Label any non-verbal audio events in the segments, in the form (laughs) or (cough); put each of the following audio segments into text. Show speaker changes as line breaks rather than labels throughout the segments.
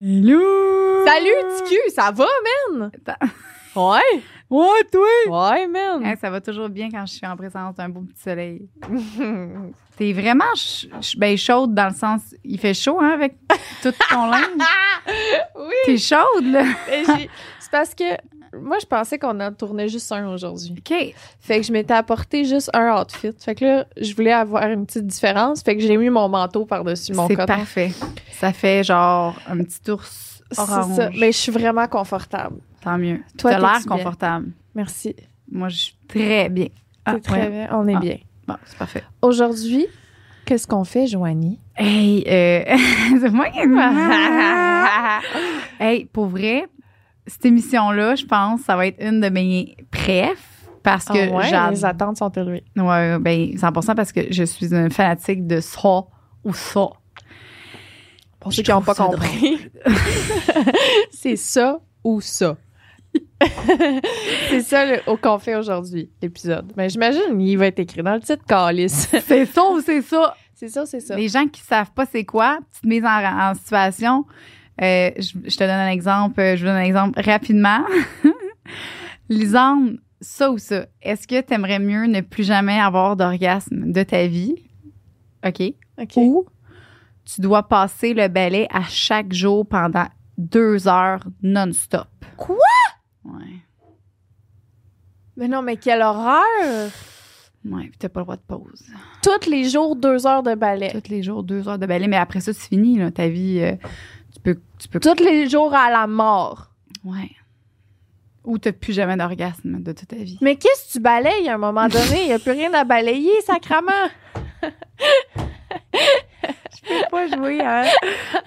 Hello!
Salut, TQ, ça va, man?
Attends.
Ouais,
Ouais, toi!
ouais, man.
Hey, ça va toujours bien quand je suis en présence d'un beau petit soleil. (laughs) T'es vraiment ch- ch- ben, chaude dans le sens. Il fait chaud, hein, avec tout ton linge.
(laughs) oui,
T'es chaude, là.
mais j'ai- c'est parce que moi, je pensais qu'on en tournait juste un aujourd'hui.
OK.
Fait que je m'étais apporté juste un outfit. Fait que là, je voulais avoir une petite différence. Fait que j'ai mis mon manteau par-dessus mon
C'est
coton.
parfait. Ça fait genre un petit ours
C'est
orange.
ça. Mais je suis vraiment confortable.
Tant mieux.
Toi,
T'as l'air
t'es-tu bien?
confortable.
Merci. T'es
Moi, je suis très bien. Ah,
très
ouais.
bien. On est
Ah.
bien.
Bon, c'est parfait.
Aujourd'hui, qu'est-ce qu'on fait, Joanie?
Hey, euh, (laughs) c'est moi qui
(laughs)
Hey, pour vrai, cette émission-là, je pense, ça va être une de mes préf parce que
Ah ouais, les
j'adore.
attentes sont élevées.
Ouais, ben 100% parce que je suis une fanatique de ça ou ça.
Pour
Je
ceux qui n'ont
trouve ça
pas compris, (laughs) c'est ça ou ça. c'est ça le- au- qu'on fait aujourd'hui, l'épisode. Mais j'imagine il va être écrit dans le titre, Calice.
(laughs) C'est ça ou c'est ça.
(laughs) c'est ça, c'est ça.
Les gens qui savent pas c'est quoi, petite mise en, en situation. Euh, je, je te donne un exemple. euh, Je vous donne un exemple rapidement. (laughs) Lisanne, ça ou ça. Est-ce que tu aimerais mieux ne plus jamais avoir d'orgasme de ta vie? OK.
OK.
Ou tu dois passer le balai à chaque jour pendant deux heures non-stop.
Quoi?
Ouais.
Mais non, mais quelle horreur!
Ouais, puis t'as pas le droit de pause.
Tous les jours, deux heures de ballet.
Tous les jours, deux heures de balai, mais après ça, c'est fini, là. Ta vie, euh, tu peux. Tu peux
Tous les jours à la mort.
Ouais. Ou t'as plus jamais d'orgasme de toute ta vie.
Mais qu'est-ce que tu balayes à un moment donné? Il n'y a plus rien à balayer, sacrement.
Je peux pas jouer à,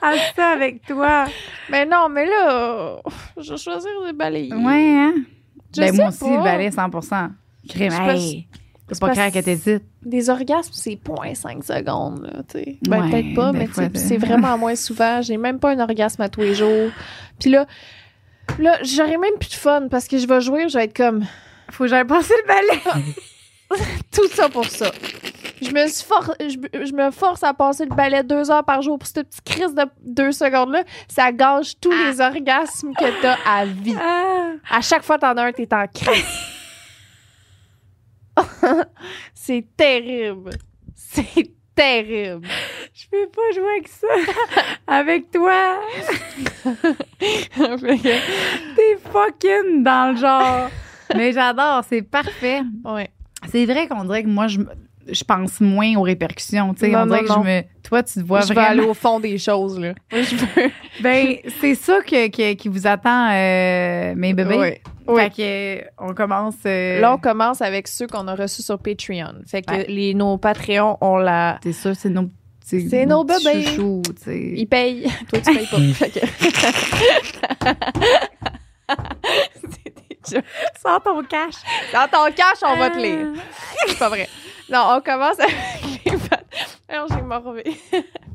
Ah, ça avec toi.
Mais non, mais là, euh, je vais choisir de balayer.
Ouais, hein?
Je
ben,
sais
moi aussi,
pas.
le balai, 100 Crème,
C'est parce-
hey! Faut
c'est
pas
parce-
craindre que t'hésites.
Des orgasmes, c'est 0.5 secondes, là, tu sais. Ben,
Ouais,
peut-être pas,
des
mais tu
fois,
sais,
ben.
c'est vraiment moins souvent. J'ai même pas un orgasme à tous les jours. Puis là, là, j'aurais même plus de fun parce que je vais jouer, je vais être comme
Faut que j'aille passer le (laughs) balai.
tout ça pour ça. Je me, suis for- je, me- je me force à passer le balai deux heures par jour pour cette petite crise de deux secondes-là. Ça gâche tous les orgasmes que t'as à vie.
Ah,
À chaque fois t'en as un, t'es en crise. (laughs) c'est terrible. C'est terrible.
Je peux pas jouer avec ça. avec toi.
ouais.
T'es fucking dans le genre. Mais j'adore, c'est parfait. C'est vrai qu'on dirait que moi, je, me- je pense moins aux répercussions. Tu sais,
Non,
on dirait
non,
que
non.
je me. Toi, tu te vois
je vais
vraiment.
aller au fond des choses, là. Moi, Je veux.
(laughs) Ben, c'est ça que, que- qui vous attend, euh, mes bébés.
Ouais.
Fait que, euh, on commence. euh,
Là, on commence avec ceux qu'on a reçus sur Patreon. Fait que
Ouais.
les, nos Patreons, on la.
T'es sûr, c'est nos petits.
C'est nos
petits
bébés.
chouchous, tu sais.
Ils payent. (laughs) Toi, tu payes pas. Fait que- C'est des jokes.
Sors ton cash.
Dans ton cash, on va te lire. C'est pas vrai. Non, on commence avec les pat- Alors, j'ai morvé.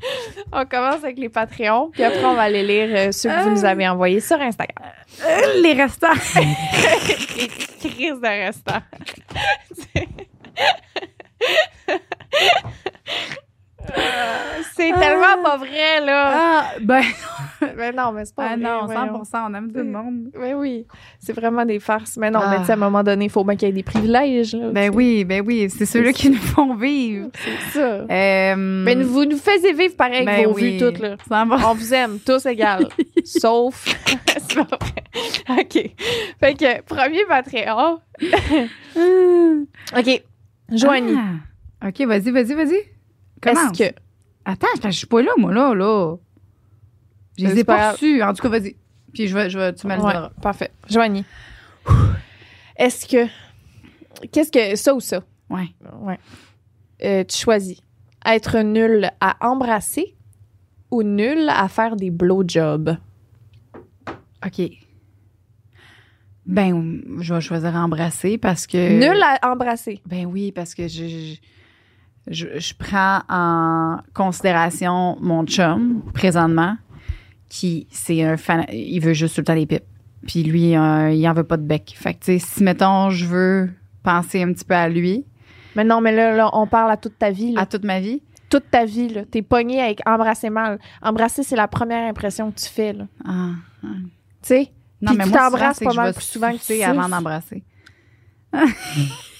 (laughs) on commence avec les Patreons, puis après, on va aller lire euh, ceux que vous nous avez envoyés sur Instagram.
Euh, Les restants.
Les crises de restant. c'est tellement pas vrai, là.
Ah, ben.
Mais Ah. non, mais c'est pas
Ah
vrai.
non,
voyons.
100 on aime tout le monde.
Mais oui, c'est vraiment des farces. Mais non, mais
Ah.
tu sais, à un moment donné, il faut bien qu'il y ait des privilèges. Là,
Ben
C'est-
oui, ben oui, c'est ceux-là qui nous font vivre.
C'est ça.
Euh,
Mais nous- vous nous faisiez vivre pareil avec
ben
vos
oui.
vues toutes, là.
Ça va.
On vous aime, tous (laughs) égales. Sauf. c'est pas vrai. OK. Fait que, premier Patreon. (laughs) OK. Joanie,
Ah. OK, vas-y, vas-y, vas-y. Comment?
est-ce que.
Attends, parce que je suis pas là, moi, là, là. Je
Ben, C'est
les ai
pas
pas
grave.
reçus. En tout cas, vas-y. Puis je vais, je vais, tu me le
Ouais,
donneras.
parfait. Joanie. Est-ce que. Qu'est-ce que. Ça ou ça?
Ouais.
Ouais. Euh, tu choisis. Être nul à embrasser ou nul à faire des blowjobs?
OK. Ben, je vais choisir embrasser parce que.
Nul à embrasser.
Ben oui, parce que je, je, je- je prends en considération mon chum, présentement, qui, c'est un fan. Il veut juste tout le temps des pipes. Puis lui, euh, il en veut pas de bec. Fait que, tu sais, si, mettons, je veux penser un petit peu à lui,
Mais non, mais là, là, on parle à toute ta vie. là.
à toute ma vie,
toute ta vie. là. T'es pogné avec embrasser mal. Embrasser, c'est la première impression que tu fais. là.
Ah, ah.
Tu sais?
Non,
Puis
mais
tu
moi, souvent,
t'embrasses
c'est
pas
que je
mal
vais
plus souvent que tu
sucer avant
suces.
d'embrasser.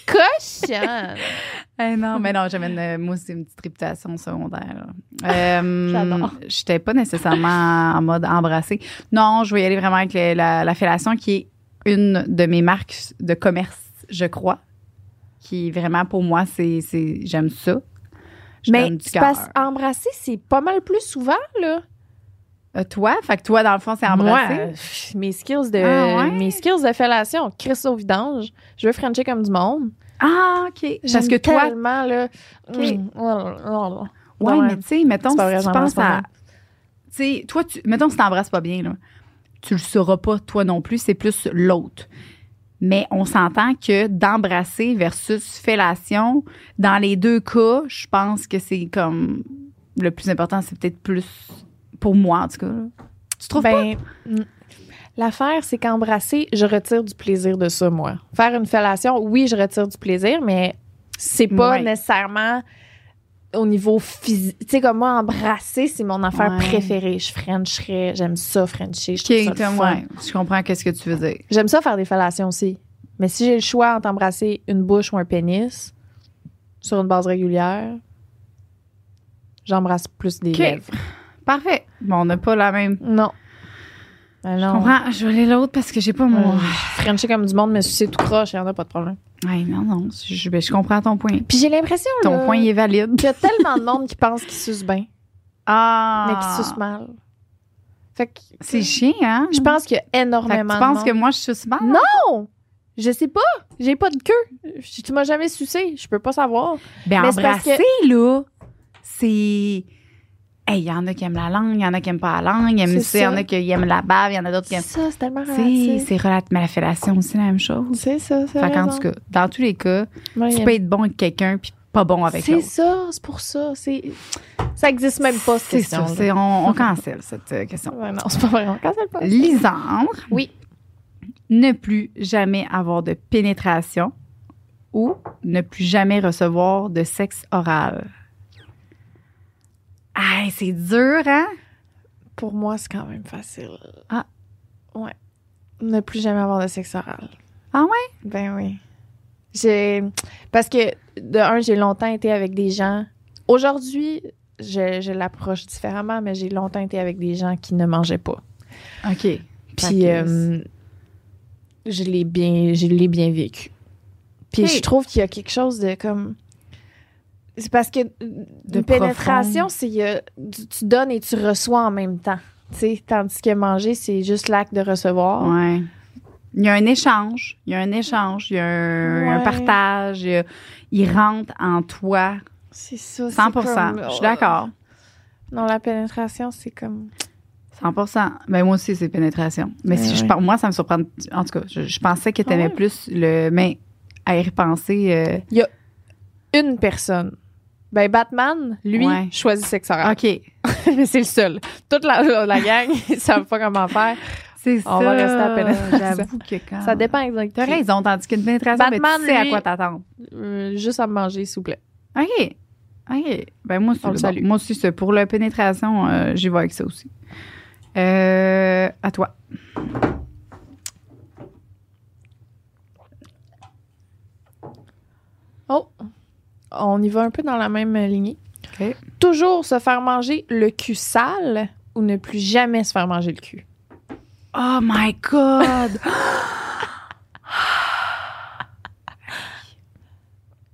Cochon!
Eh
(laughs)
non, mais non, j'avais une, moi, c'est une petite réputation secondaire.
(laughs)
là. Euh,
J'adore.
J'étais pas nécessairement en mode embrassé. Non, je vais y aller vraiment avec le- la, la fellation, qui est une de mes marques de commerce, je crois. Qui vraiment, pour moi, c'est, c'est j'aime ça. Je
(laughs) mais
donne du
tu
cœur.
passes embrasser, c'est pas mal plus souvent, là.
Euh, toi, fait que toi, dans le fond, c'est embrasser.
Moi, euh, pff, mes skills de
Ah ouais?
mes skills de fellation, Chris au vidange, je veux frencher comme du monde.
Ah, OK. Parce
J'aime
que toi,
tellement là.
Ok.
mm, oh là là là.
Ouais,
Ouais.
mais tu sais, mettons,
C'est
si
pas vrai,
tu penses
j'embrasse pas
à. Tu sais, toi, tu, mettons, si t'embrasses pas bien, là, tu le sauras pas, toi non plus, c'est plus l'autre. Mais on s'entend que d'embrasser versus fellation, dans les deux cas, je pense que c'est comme. Le plus important, c'est peut-être plus. Pour moi, en tout cas. là. Tu trouves pas?
Ben, mm, l'affaire, c'est qu'embrasser, je retire du plaisir de ça, moi. Faire une fellation, oui, je retire du plaisir, mais c'est pas
Ouais.
nécessairement au niveau physique. Tu sais, comme moi, embrasser, c'est mon affaire
Ouais.
préférée. Je frencherais, j'aime ça, frencher. Je
Ok,
trouve ça
comme,
le fun.
ouais, je comprends qu'est-ce que tu veux dire.
J'aime ça faire des fellations aussi. Mais si j'ai le choix entre embrasser une bouche ou un pénis sur une base régulière, j'embrasse plus des
Ok.
lèvres.
Parfait. Bon, on n'a pas la même.
Non. Ben
Je
non.
comprends. Je vais aller l'autre parce que j'ai pas mon.
Ouais. Frencher comme du monde, mais sucer tout croche, il en a pas de problème.
Ouais, non, non. Je, je- ben, je comprends ton point.
Puis j'ai l'impression
Ton
là,
point il est valide.
qu'il y a tellement de monde qui pense qu'ils sucent bien,
Ah!
mais qui sucent mal. Fait que
C'est chiant, hein?
je pense qu'il y a
Fait que
énormément
tu penses
de
que
monde.
moi, je suis mal?
Non. Je sais pas, j'ai pas de queue. Je- Tu m'as jamais sucé, je peux pas savoir.
Ben,
Mais c'est parce
embrasser, là, c'est... Hey, il y en a qui aiment la langue, il y en a qui aiment pas la langue, il y
C'est
aime ça, il y en
ça.
a qui aiment la bave, il y en a d'autres qui aiment...
Ça, c'est tellement
C'est,
relatif.
c'est relatif. Mais la fellation aussi, la même chose.
C'est ça, c'est
Fait qu'en tout cas, dans tous les cas, tu peux être bon avec quelqu'un puis pas bon avec
C'est
l'autre.
ça, c'est pour ça. C'est... Ça existe même pas, cette
C'est ça,
question.
c'est- on, on cancelle cette euh, question.
non, c'est pas vrai. On cancelle pas.
Lisandre.
Oui.
Ne plus jamais avoir de pénétration ou ne plus jamais recevoir de sexe oral. Aïe, c'est dur, hein?
Pour moi, c'est quand même facile.
Ah.
Ouais. Ne plus jamais avoir de sexe oral.
Ah
Ben oui. J'ai... Parce que, de un, j'ai longtemps été avec des gens... Aujourd'hui, je, je l'approche différemment, mais j'ai longtemps été avec des gens qui ne mangeaient pas.
OK.
Puis
Fait que-
euh, je l'ai bien, je l'ai bien vécu. Puis
Hey.
je trouve qu'il y a quelque chose de comme c'est parce que de pénétration,
profond.
c'est il y a- tu, tu donnes et tu reçois en même temps. Tu sais, tandis que manger, c'est juste l'acte de recevoir.
ouais. Il y a un échange, il y a un échange, il y a un, un
Ouais.
partage, il, y a- il rentre en toi
C'est ça. c'est
100
comme- oh,
Je suis d'accord.
Non, la pénétration, c'est comme
100 Mais Ben, moi aussi, c'est pénétration. Mais
Ouais,
si je
ouais.
par- moi, ça me surprend. En tout cas, je, je pensais que tu aimais
Ah ouais.
plus le. Mais à y repenser. euh,
une personne. Ben Batman, lui,
Ouais.
choisit sexe oral.
OK.
Mais (laughs) c'est le seul. Toute la, la, la gang, (laughs) ils savent pas comment faire.
C'est ça.
On va rester à pénétration.
(laughs) J'avoue que quand.
Ça dépend exactement.
Ah. T'as raison, tandis qu'une pénétration, ben,
Batman,
tu sais à
lui-
quoi t'attendre.
Euh, juste à me manger, s'il vous plaît.
OK. OK. Ben, moi, c'est
On le
bon.
salue.
Moi aussi, c'est pour la pénétration, euh, j'y vais avec ça aussi. Euh, à toi.
Oh! On y va un peu dans la même euh, lignée.
OK.
Toujours se faire manger le cul sale ou ne plus jamais se faire manger le cul?
Oh my God!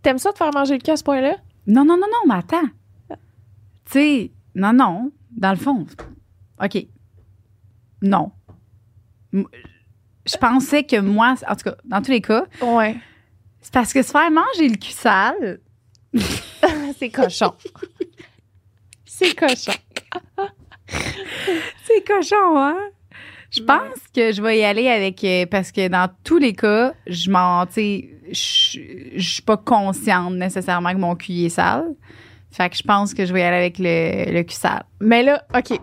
T'aimes ça te faire manger le cul à ce point-là?
Non, non, non, non, mais attends. Tu sais, non, non, dans le fond. OK. Non. M- Je pensais que moi, en tout cas, dans tous les cas,
Ouais.
c'est parce que se faire manger le cul sale,
(laughs) C'est cochon. C'est cochon.
(laughs) c'est cochon, hein? Je
Ouais.
pense que je vais y aller avec. euh, Parce que dans tous les cas, je m'en. Tu sais, je je suis pas consciente nécessairement que mon cul il est sale. Fait que je pense que je vais y aller avec le, le cul sale.
Mais là, OK.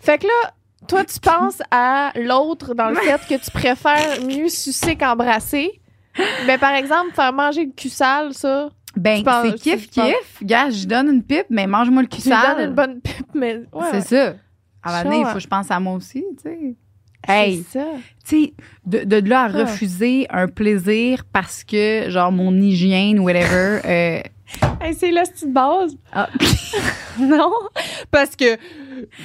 Fait que là, toi, tu penses à l'autre dans le fait que tu préfères mieux sucer qu'embrasser. Mais par exemple, faire manger le cul sale, ça,
Ben,
Tu parles-
c'est
tu-
kiff,
tu parles-
kiff. Gars, je donne une pipe, mais mange-moi le cul
Tu lui
sale.
donnes une bonne pipe, mais. Ouais,
c'est
ouais.
ça. À un moment donné, il
Sure.
faut que je pense à moi aussi, tu sais.
C'est
Hey.
ça.
Tu sais, de, de là à
Ah.
refuser un plaisir parce que, genre, mon hygiène ou (laughs) whatever. euh,
Hey, c'est la petite base.
ah,
Non.
Parce que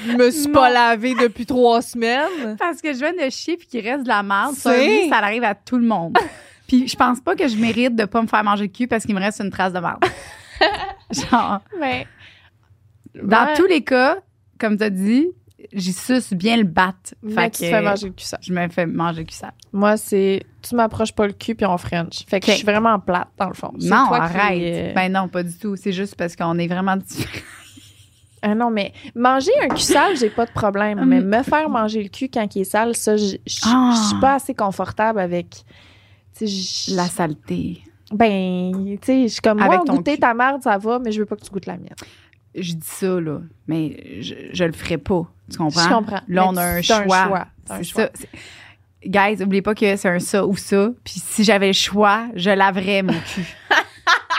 je me suis
Non.
pas lavée depuis trois semaines.
parce que je viens de chier puis qu'il reste de la merde. Ça,
C'est-
oui, ça arrive à tout le monde. (laughs) puis je pense pas que je mérite de pas me faire manger le cul parce qu'il me reste une trace de (laughs) merde. genre,
Mais.
dans
Ouais.
tous les cas, comme t'as dit, j'y suce bien le bat.
Mais
Fait
tu
que
te fais manger le cul sale.
je me fais manger le cul sale.
Moi, c'est tu m'approches pas le cul puis on French. Fait que
Ok.
je suis vraiment plate dans le fond. C'est
Non,
toi qui,
arrête.
euh,
Ben non, pas du tout. C'est juste parce qu'on est vraiment différents.
ah non, mais manger un cul sale, j'ai pas de problème.
Hum.
Mais me faire manger le cul quand il est sale, ça, je je-
Ah.
je suis pas assez confortable avec. Tu sais, je-
La saleté.
Ben, tu sais, je suis comme,
Avec
moi,
ton
goûter
cul.
ta merde, ça va, mais je veux pas que tu goûtes la mienne.
Je dis ça, là, mais je, je le ferai pas. Tu comprends?
Je comprends.
Là, on
Mais
a un
c'est
choix.
C'est un
C'est
choix.
ça. c'est- Guys, oubliez pas que c'est un ça ou ça. Puis si j'avais le choix, je laverais mon
(laughs)
cul.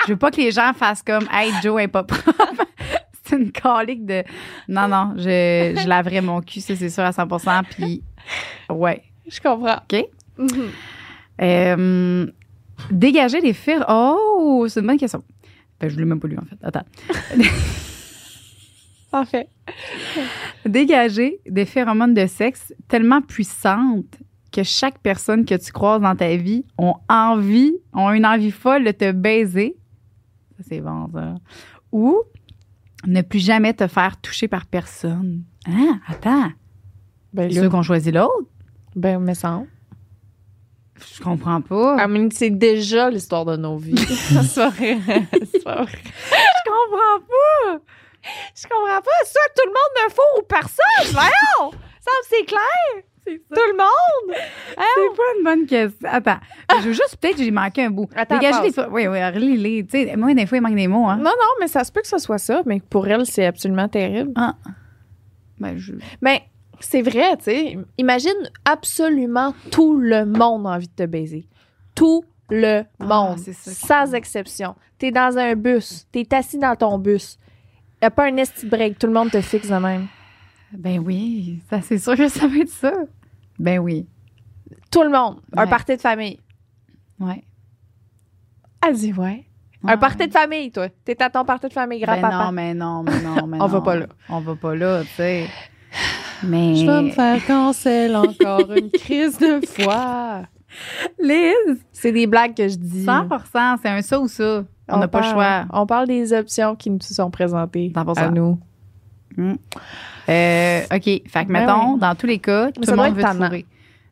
je veux pas que les gens fassent comme Hey, Joe est pas propre. (laughs) c'est une colique de. Non, non, je, je laverais mon cul, ça, c'est sûr, à 100 Puis, ouais.
Je comprends.
OK.
Mhm.
Euh, dégager les fils. Oh, c'est une bonne question. Ben, je l'ai même pas lu, en fait. Attends.
Parfait.
Dégager des phéromones de sexe tellement puissantes que chaque personne que tu croises dans ta vie ont envie, ont une envie folle de te baiser. Ça, c'est bon, ça. Ou ne plus jamais te faire toucher par personne. Hein? Attends.
Ben, là,
Ceux qu'on choisit l'autre?
ben, me semble.
Je comprends pas.
I mean, Ah, c'est déjà l'histoire de nos (laughs) vies. c'est pas vrai. C'est pas vrai.
Je comprends pas.
Je comprends pas. Soit tout le monde me faut ou personne. Voyons! Ça, c'est clair. Tout le monde. Oh!
C'est pas une bonne question. Attends. Je veux juste, peut-être, j'ai manqué un bout.
Attends,
Dégager
passe.
les fois. Oui, oui, relis-les. Tu sais, moi, des fois, il manque des mots, hein.
Non, non, mais ça se peut que ce soit ça. Mais pour elle, c'est absolument terrible.
Ben, je-
Mais c'est vrai, tu sais. Imagine absolument tout le monde a envie de te baiser. Tout le
Ah,
monde.
c'est ça qui-
sans exception. T'es dans un bus. T'es assis dans ton bus. Y a pas un esti de break. Tout le monde te fixe de même.
Ben oui, ça c'est sûr que ça va être ça. Ben oui,
Tout le monde. Un
Ouais.
party de famille.
ouais.
Elle dit ouais. Un party de famille, toi. T'es à ton party de famille,
ben
grand-papa.
non, mais non, mais non, mais
(laughs)
non.
On va pas là.
On va pas là, tu sais. Mais
Je vais me
(laughs)
faire cancel encore une crise de foi.
Liz,
C'est des blagues que je dis.
100 c'est un ça ou ça. On n'a pas le choix.
parle- On parle des options qui nous sont présentées
100%.
à nous.
Euh, OK, fait que
Ben
mettons
oui.
dans tous les cas, tout
ça
le
doit
monde veut
être
te
tannant.
fourrer.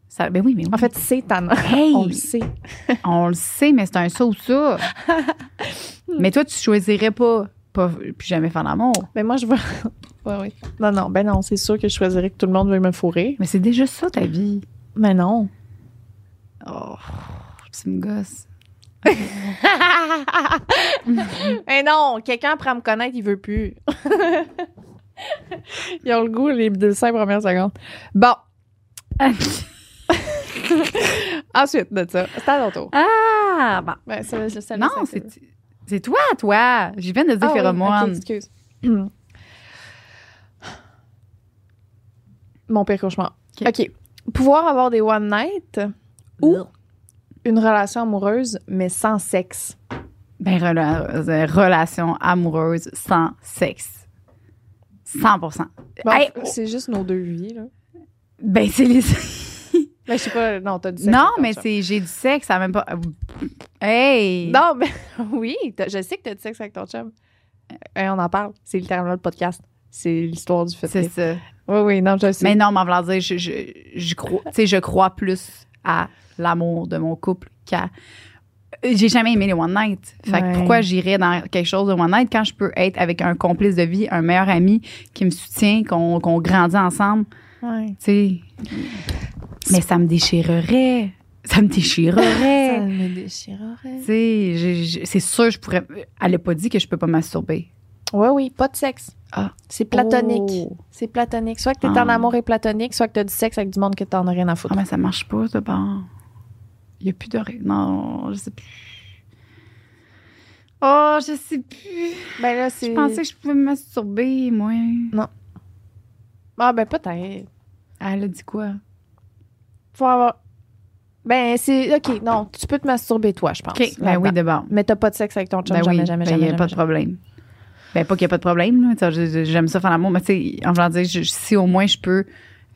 Ça, ben oui, mais oui.
En fait, c'est tannant.
hey,
On le sait.
on le sait, mais c'est un ça ou
(laughs)
ça. mais toi, tu choisirais pas, pas plus jamais faire l'amour.
Mais moi, je vois. (laughs) ouais, oui. Non, non, ben non, c'est sûr que je choisirais que tout le monde veuille me fourrer.
Mais c'est déjà ça ta vie.
Mais non.
Oh, tu me gosses.
(laughs)
(laughs)
Mais non, quelqu'un prend à me connaître, il veut plus. (laughs) Ils ont le goût, les deux, cinq premières secondes. Bon, Ah, ensuite de ça, c'est à ton tour.
ah, bon.
Ouais, c'est le- c'est le-
Non, c'est c'est toi, toi. Je viens de dire
Ah oui,
phéromones.
ok, excuse. (clears throat) Mon pire cauchemar.
Ok.
OK. Pouvoir avoir des one night ou une relation amoureuse, mais sans sexe.
Ben, rela- euh, relation amoureuse sans sexe. 100
Bon,
Hey,
c'est juste nos deux vies, là.
Ben, c'est les.
Ben, je sais pas, non, t'as du sexe.
non,
encore,
mais
ça.
c'est j'ai du sexe, ça a même pas. Hey!
Non, mais (laughs) oui, t'as- je sais que t'as du sexe avec ton chum. Hey, on en parle. C'est littéralement le podcast. C'est l'histoire du fait.
C'est ça.
Oui, oui, non, je sais.
Mais non, mais en voulant dire, je, je, je crois, tu sais, je crois plus à l'amour de mon couple qu'à. J'ai jamais aimé les one night. Fait que
Ouais.
pourquoi j'irais dans quelque chose de one night quand je peux être avec un complice de vie, un meilleur ami qui me soutient, qu'on qu'on grandit ensemble,
Ouais.
tu sais. Mais ça me déchirerait. Ça me
Ça (laughs)
déchirerait.
me déchirerait.
Tu sais, j'ai- j'ai- c'est sûr, je pourrais. Elle a pas dit que je peux pas masturber.
Oui, oui, pas de sexe.
Ah.
C'est platonique.
Oh.
C'est platonique. Soit que t'es
Ah.
en amour et platonique, soit que t'as du sexe avec du monde que t'en as rien à
Ah,
foutre.
mais ça marche pas, ça, bon. Il y a plus de. ré- Non, je sais plus. Oh, je sais plus.
Ben là, c'est.
Je pensais que je pouvais me masturber, moi.
Ah, ben peut-être.
Ah, Elle a dit quoi?
Faut avoir. Ben, c'est. OK, non, tu peux te masturber, toi, je pense.
OK. Ben oui, de bord.
Mais t'as pas de sexe avec ton chum,
Ben
bah, jamais,
oui,
jamais,
ben,
jamais.
Il n'y a pas de problème. Ben, pas qu'il n'y a pas de problème. là. Tu sais, je- je- J'aime ça faire l'amour, mais tu sais, en voulant dire, je- si au moins je peux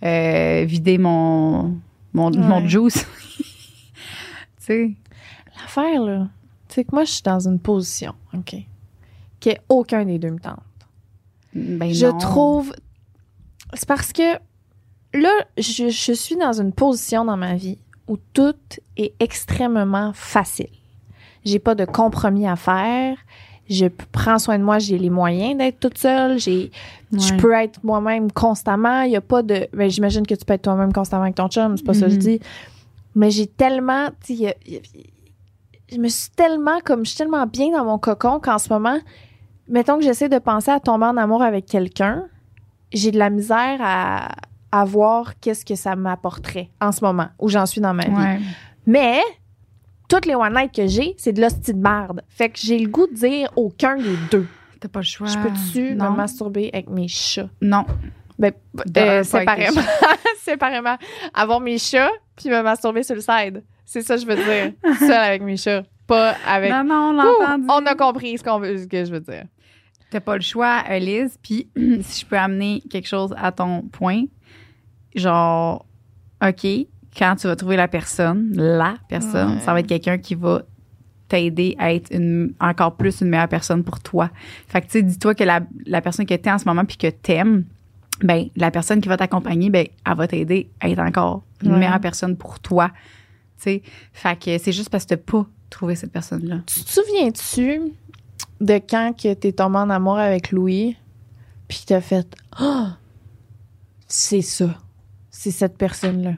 euh, vider mon, mon, mon
Ouais.
juice. (laughs) tu sais,
L'affaire, là, c'est que moi, je suis dans une position, OK, que aucun des deux me tente.
ben
je
non.
trouve. C'est parce que là, je, je suis dans une position dans ma vie où tout est extrêmement facile. J'ai pas de compromis à faire. Je p- prends soin de moi, j'ai les moyens d'être toute seule, j'ai je
Ouais.
peux être moi-même constamment, il y a pas de ben, j'imagine que tu peux être toi-même constamment avec ton chum, c'est pas ça que je
Mhm.
dis. Mais j'ai tellement tu sais, il y a- il y a- je me suis tellement comme je suis tellement bien dans mon cocon qu'en ce moment mettons que j'essaie de penser à tomber en amour avec quelqu'un, j'ai de la misère à, à voir qu'est-ce que ça m'apporterait en ce moment où j'en suis dans ma vie.
Ouais.
Mais toutes les one night que j'ai, c'est de l'hostie de merde. Fait que j'ai le goût de dire aucun des deux.
T'as pas le choix.
Je peux-tu
non.
me masturber avec mes chats?
Non.
Ben,
De
euh,
un, pas avec tes
séparément. (laughs) séparément. Avoir mes chats puis me masturber sur le side. C'est ça que je veux (laughs) dire. Seul avec mes chats. Pas avec.
Non, non, on l'a
Ouh,
entendu.
on a compris ce, qu'on veut, ce que je veux dire.
T'as pas le choix, Elise. Puis (clears throat) si je peux amener quelque chose à ton point, genre, OK, quand tu vas trouver la personne, la personne,
Ouais.
ça va être quelqu'un qui va t'aider à être une, encore plus une meilleure personne pour toi. Fait que, tu sais, dis-toi que la, la personne que t'es en ce moment puis que t'aimes, ben, la personne qui va t'accompagner, ben, elle va t'aider à être encore une
Ouais.
meilleure personne pour toi. Tu sais, fait que c'est juste parce que t'as pas trouvé cette personne-là.
Tu te souviens-tu de quand que t'es tombé en amour avec Louis, puis t'as fait (gasps) Ah! c'est ça, c'est cette personne-là.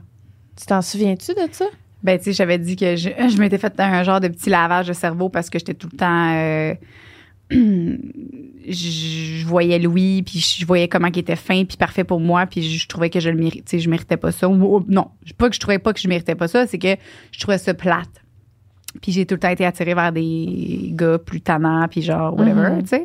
Tu t'en souviens-tu de ça?
Ben, tu sais, j'avais dit que je, je m'étais fait un genre de petit lavage de cerveau parce que j'étais tout le temps. euh, (clears throat) je, je voyais Louis, puis je voyais comment il était fin, puis parfait pour moi, puis je trouvais que je le méritais. Tu sais, je méritais pas ça. Ou- ou- non, pas que je trouvais pas que je méritais pas ça, c'est que je trouvais ça plate. Puis j'ai tout le temps été attirée vers des gars plus tannants, puis genre, whatever,
Mhm.
tu sais.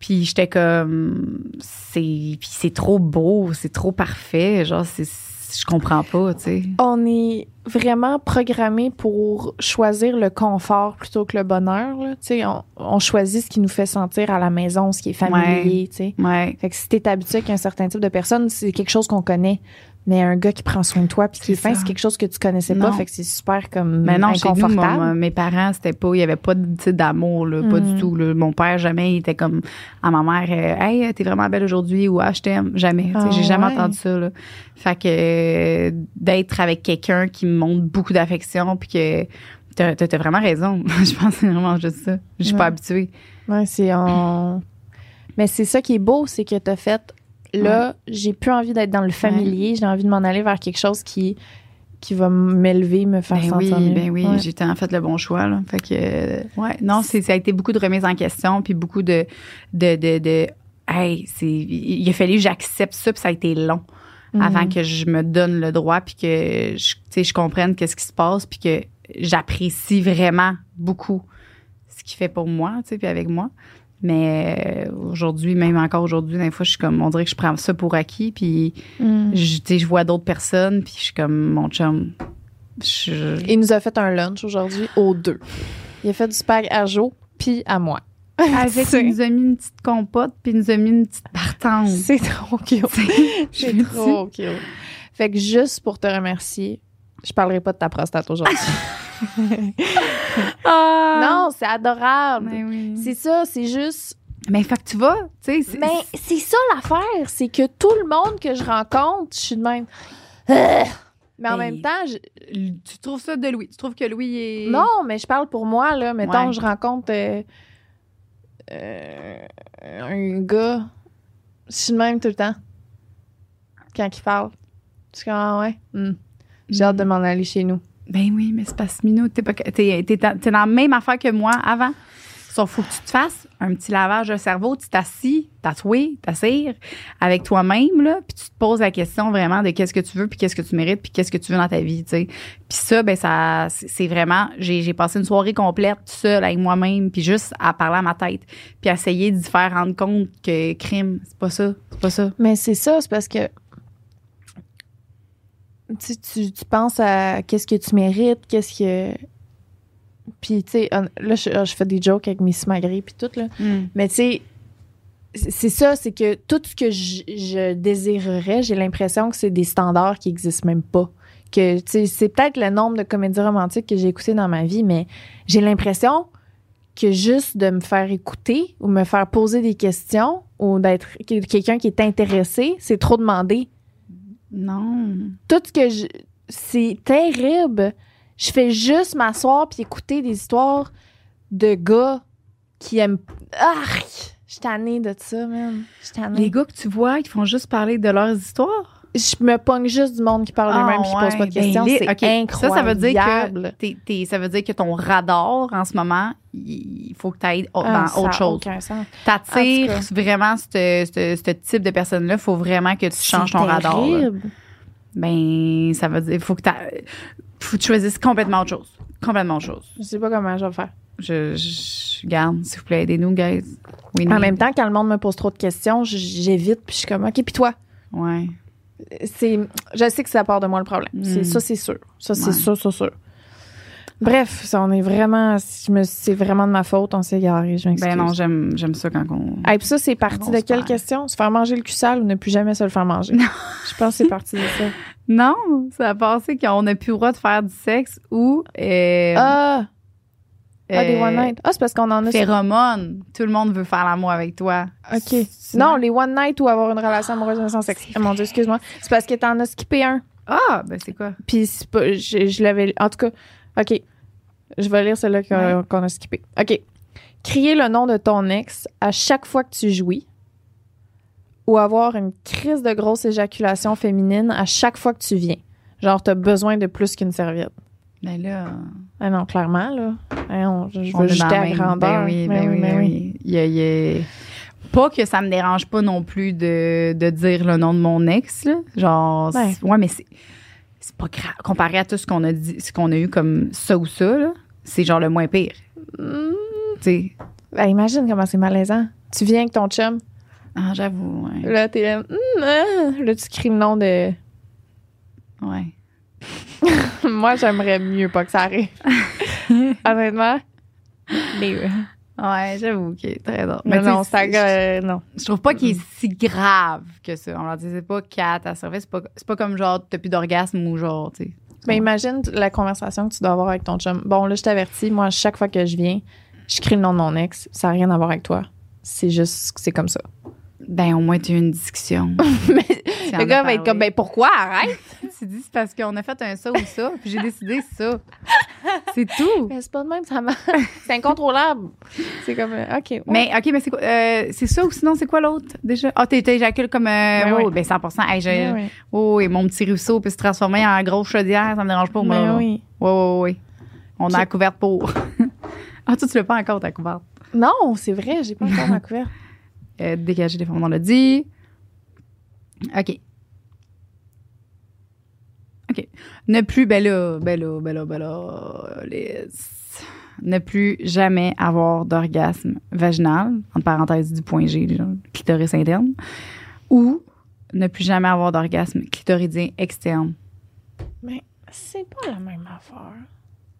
Puis j'étais comme, c'est, puis c'est trop beau, c'est trop parfait, genre, c'est, je comprends pas, tu sais.
On est vraiment programmé pour choisir le confort plutôt que le bonheur. Là. Tu sais, On, on choisit ce qui nous fait sentir à la maison, ce qui est familier. tu sais.
Ouais.
Fait que si t'es habitué avec un certain type de personne, c'est quelque chose qu'on connaît. Mais un gars qui prend soin de toi puis qui est
C'est
fin,
ça.
c'est quelque chose que tu connaissais pas.
Non.
Fait que c'est super comme
Mais non, chez nous,
inconfortable.
mon- euh, mes parents, c'était pas, il y avait pas de type d'amour, là, pas
Mm.
du tout. là. Mon père, jamais, il était comme à ma mère, euh, hey, t'es vraiment belle aujourd'hui ou ah, je t'aime. Jamais. Tu sais,
Ah
J'ai jamais
ouais.
entendu ça. là. Fait que euh, d'être avec quelqu'un qui me montre beaucoup d'affection, puis que t'as t'as- t'as vraiment raison. (laughs) je pense que c'est vraiment juste ça. Je suis
Ouais.
pas habituée.
Ouais, c'est en- Mais c'est ça qui est beau, c'est que t'as fait. Là, j'ai plus envie d'être dans le familier. J'ai envie de m'en aller vers quelque chose qui qui va m'élever, me faire
Ben oui,
sentir mieux.
ben oui,
Ouais.
j'étais en fait le bon choix. Là. Fait que, euh, ouais, non, c'est, ça a été beaucoup de remises en question, puis beaucoup de, de, de, de hey, c'est, il a fallu que j'accepte ça, puis ça a été long
Mhm.
avant que je me donne le droit, puis que je, tu sais, je comprenne qu'est-ce qui se passe, puis que j'apprécie vraiment beaucoup ce qu'il fait pour moi, tu sais, puis avec moi. Mais euh, aujourd'hui, même encore aujourd'hui, des fois, je suis comme, on dirait que je prends ça pour acquis, puis
Mm.
je, tu sais, je vois d'autres personnes, puis je suis comme, mon chum,
(laughs)
je,
Il nous a fait un lunch aujourd'hui aux deux. Il a fait du spag à Jo puis à moi.
Avec,
C'est-
il nous a mis une petite compote, puis il nous a mis une petite partante.
Mm. C'est trop cute. (laughs)
(laughs)
C'est
Je
trop cute. Fait que juste pour te remercier, je parlerai pas de ta prostate aujourd'hui.
Ah!
non, c'est adorable.
Mais oui.
C'est ça, c'est juste.
Mais fait que tu vas, tu sais. c'est-
Mais c'est ça l'affaire, c'est que tout le monde que je rencontre, je suis de même. Euh, Mais en
Ben,
même temps, je-
Tu trouves ça de Louis. Tu trouves que Louis est.
non, mais je parle pour moi, là. Mettons,
Ouais.
je rencontre euh, euh, un gars, je suis de même tout le temps quand il parle. Je suis comme, ah ouais, hmm. j'ai hâte de m'en aller chez nous.
Ben oui, mais c'est pas ce minute. T'es, pas... t'es, t'es dans t'es dans la même affaire que moi avant. Sauf faut que tu te fasses un petit lavage de cerveau, tu t'assis, t'assouis, t'assires avec toi-même, là, puis tu te poses la question vraiment de qu'est-ce que tu veux, puis qu'est-ce que tu mérites, puis qu'est-ce que tu veux dans ta vie, tu sais. Puis ça, ben ça, c'est c'est vraiment, j'ai j'ai passé une soirée complète toute seule avec moi-même, puis juste à parler à ma tête, puis à essayer d'y faire rendre compte que crime, c'est pas ça, c'est pas ça.
Mais c'est ça, c'est parce que tu, sais, tu, tu penses à qu'est-ce que tu mérites, qu'est-ce que. Puis, tu sais, hon- là, je, je fais des jokes avec Miss Magri puis tout, là.
Mm.
Mais, tu sais, c'est c'est ça, c'est que tout ce que je, je désirerais, j'ai l'impression que c'est des standards qui existent même pas. Que, tu sais, c'est peut-être le nombre de comédies romantiques que j'ai écoutées dans ma vie, mais j'ai l'impression que juste de me faire écouter ou me faire poser des questions ou d'être que- quelqu'un qui est intéressé, c'est trop demandé
Non.
tout ce que je. C'est terrible. Je fais juste m'asseoir puis écouter des histoires de gars qui aiment. Arc! Je suis tannée de ça, man. Je suis tannée.
Les gars que tu vois, ils font juste parler de leurs histoires.
Je me pogne juste du monde qui parle
Ah,
d'eux-mêmes puis qui pose pas
ouais.
de
Ben,
questions.
les-
c'est
ok.
incroyable.
Ça, ça veut dire que t'es- t'es- ça veut dire que ton radar en ce moment, il il faut que tu ailles au-
Ah, ça
dans
a
Ben, autre chose.
aucun sens. En
T'attires
tout
vraiment ce, ce- ce type de personne-là, faut vraiment que tu changes ton
C'est
radar. là.
terrible.
Ben, ça veut dire faut que t'a- faut que tu choisisses complètement autre chose. Complètement autre chose.
Je sais pas comment je vais faire.
Je, je garde, s'il vous plaît, aidez-nous, guys. We
En
need-
même temps, quand le monde me pose trop de questions, j- j'évite puis je suis comme, OK, puis toi?
Ouais.
c'est je sais que ça part de moi le problème.
Mm.
C'est ça c'est sûr. Ça c'est
Ouais.
sûr, sûr, sûr. Bref, ça on est vraiment si je me- c'est vraiment de ma faute, on s'est garé, je m'excuse.
Ben non, j'aime j'aime ça quand on.
Hey, puis ça c'est parti
On
de
se
quelle
perd.
question Se faire manger le cul sale ou ne plus jamais se le faire manger Je pense que c'est parti de
(laughs)
ça.
Euh, Non, ça a passé qu'on n'a plus le droit de faire du sexe ou. euh,
Ah, ah, des
euh,
one night. Ah, c'est parce qu'on en a
Phéromones. Tout le monde veut faire l'amour avec toi.
OK.
C'est-
Non, les one night ou avoir une relation amoureuse mais sans sexe.
C'est
Ah, Mon dieu, excuse-moi. C'est parce que t'en as skippé un.
Ah, ben c'est quoi?
Puis c'est pas- je, je l'avais. En tout cas, OK. Je vais lire celle-là qu'on
Ouais.
qu'on a skippée. OK. Crier le nom de ton ex à chaque fois que tu jouis ou avoir une crise de grosse éjaculation féminine à chaque fois que tu viens. Genre, t'as besoin de plus qu'une serviette.
Ben là,
Ah non, clairement, là. Ah non, je je
on
veux
est dans
jeter
la
à
même-
grandeur.
Ben oui, ben, oui, ben oui. Il y a- il y a- Pas que ça me dérange pas non plus de, de dire le nom de mon ex, là. Genre,
Ouais.
c'est- ouais, mais c'est, c'est pas grave. Comparé à tout ce qu'on a dit, ce qu'on a eu comme ça ou ça, là, c'est genre le moins pire.
Hmm.
Tu sais.
Ben, imagine comment c'est malaisant. Tu viens avec ton chum,
Ah, j'avoue, ouais.
là, t'es là. Hmm, ah. Là, tu cries le nom de. Euh.
ouais.
(laughs) Moi, j'aimerais mieux pas que ça (laughs) arrive. Honnêtement. Mais euh,
Ouais, j'avoue, ok, très drôle.
mais
tu sais,
non, ça,
c'est-
euh, non.
je trouve pas qu'il est si grave que ça. On leur dit, c'est pas catastrophique. C'est pas, c'est pas comme genre, t'as plus d'orgasme ou genre, tu sais.
Mais imagine la conversation que tu dois avoir avec ton chum. Bon, là, je t'avertis, moi, chaque fois que je viens, je crie le nom de mon ex. Ça n'a rien à voir avec toi. C'est juste, c'est comme ça.
Ben, au moins, t'as eu une (laughs) discussion.
(laughs) Mais
Tu en
le
as
gars va être
parlé.
comme, ben pourquoi? Arrête!
ben, Tu dis, c'est parce qu'on a fait un ça ou ça, puis j'ai décidé (laughs) ça. C'est tout.
(laughs) Mais c'est pas de même, ça marche. (laughs) C'est incontrôlable. C'est comme, euh, OK. ouais.
Mais, OK, mais c'est quoi? euh, c'est ça ou sinon, c'est quoi l'autre, déjà? Ah, t'es- t'éjacules comme. Euh,
Ben
oh,
oui.
Ben, 100 hey, je-
Ben oui.
oh, et mon petit ruisseau peut se transformer en grosse chaudière, ça me dérange pas, moi.
Ben oui.
Ouais, ouais, ouais. On
Qui-
a la couverte pour. (laughs) ah, toi, tu l'as pas encore, ta couverte.
Non, c'est vrai, j'ai pas encore (laughs) ma couverte.
Euh, dégager les formes, on l'a dit. OK. OK. Ne plus, ben là, ben là, ben là, ben là, Liz. Ne plus jamais avoir d'orgasme vaginal, entre parenthèses du point G, genre, clitoris interne, ou ne plus jamais avoir d'orgasme clitoridien externe.
C'est pas la même affaire.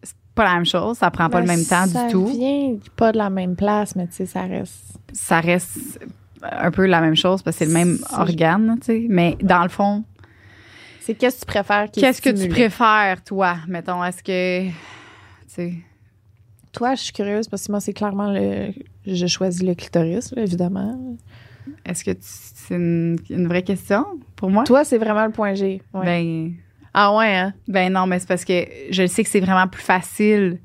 C'est pas la même chose, ça prend pas le
Ben,
même temps du tout.
Ça vient pas de la même place, mais tu sais, ça reste.
ça reste un peu la même chose parce que c'est le même
C'est-
organe, tu sais. Mais dans le fond,
C'est qu'est-ce que tu préfères qui est
qu'est-ce que tu
stimulé?
préfères, toi, mettons? Est-ce que. Tu sais.
Toi, je suis curieuse parce que moi, c'est clairement le. Je choisis le clitoris, là, évidemment.
Ah. Est-ce que tu- c'est une, une vraie question pour moi?
Toi, c'est vraiment le point G. ouais.
Ben,
ah ouais, hein?
ben non, mais c'est parce que je sais que c'est vraiment plus facile.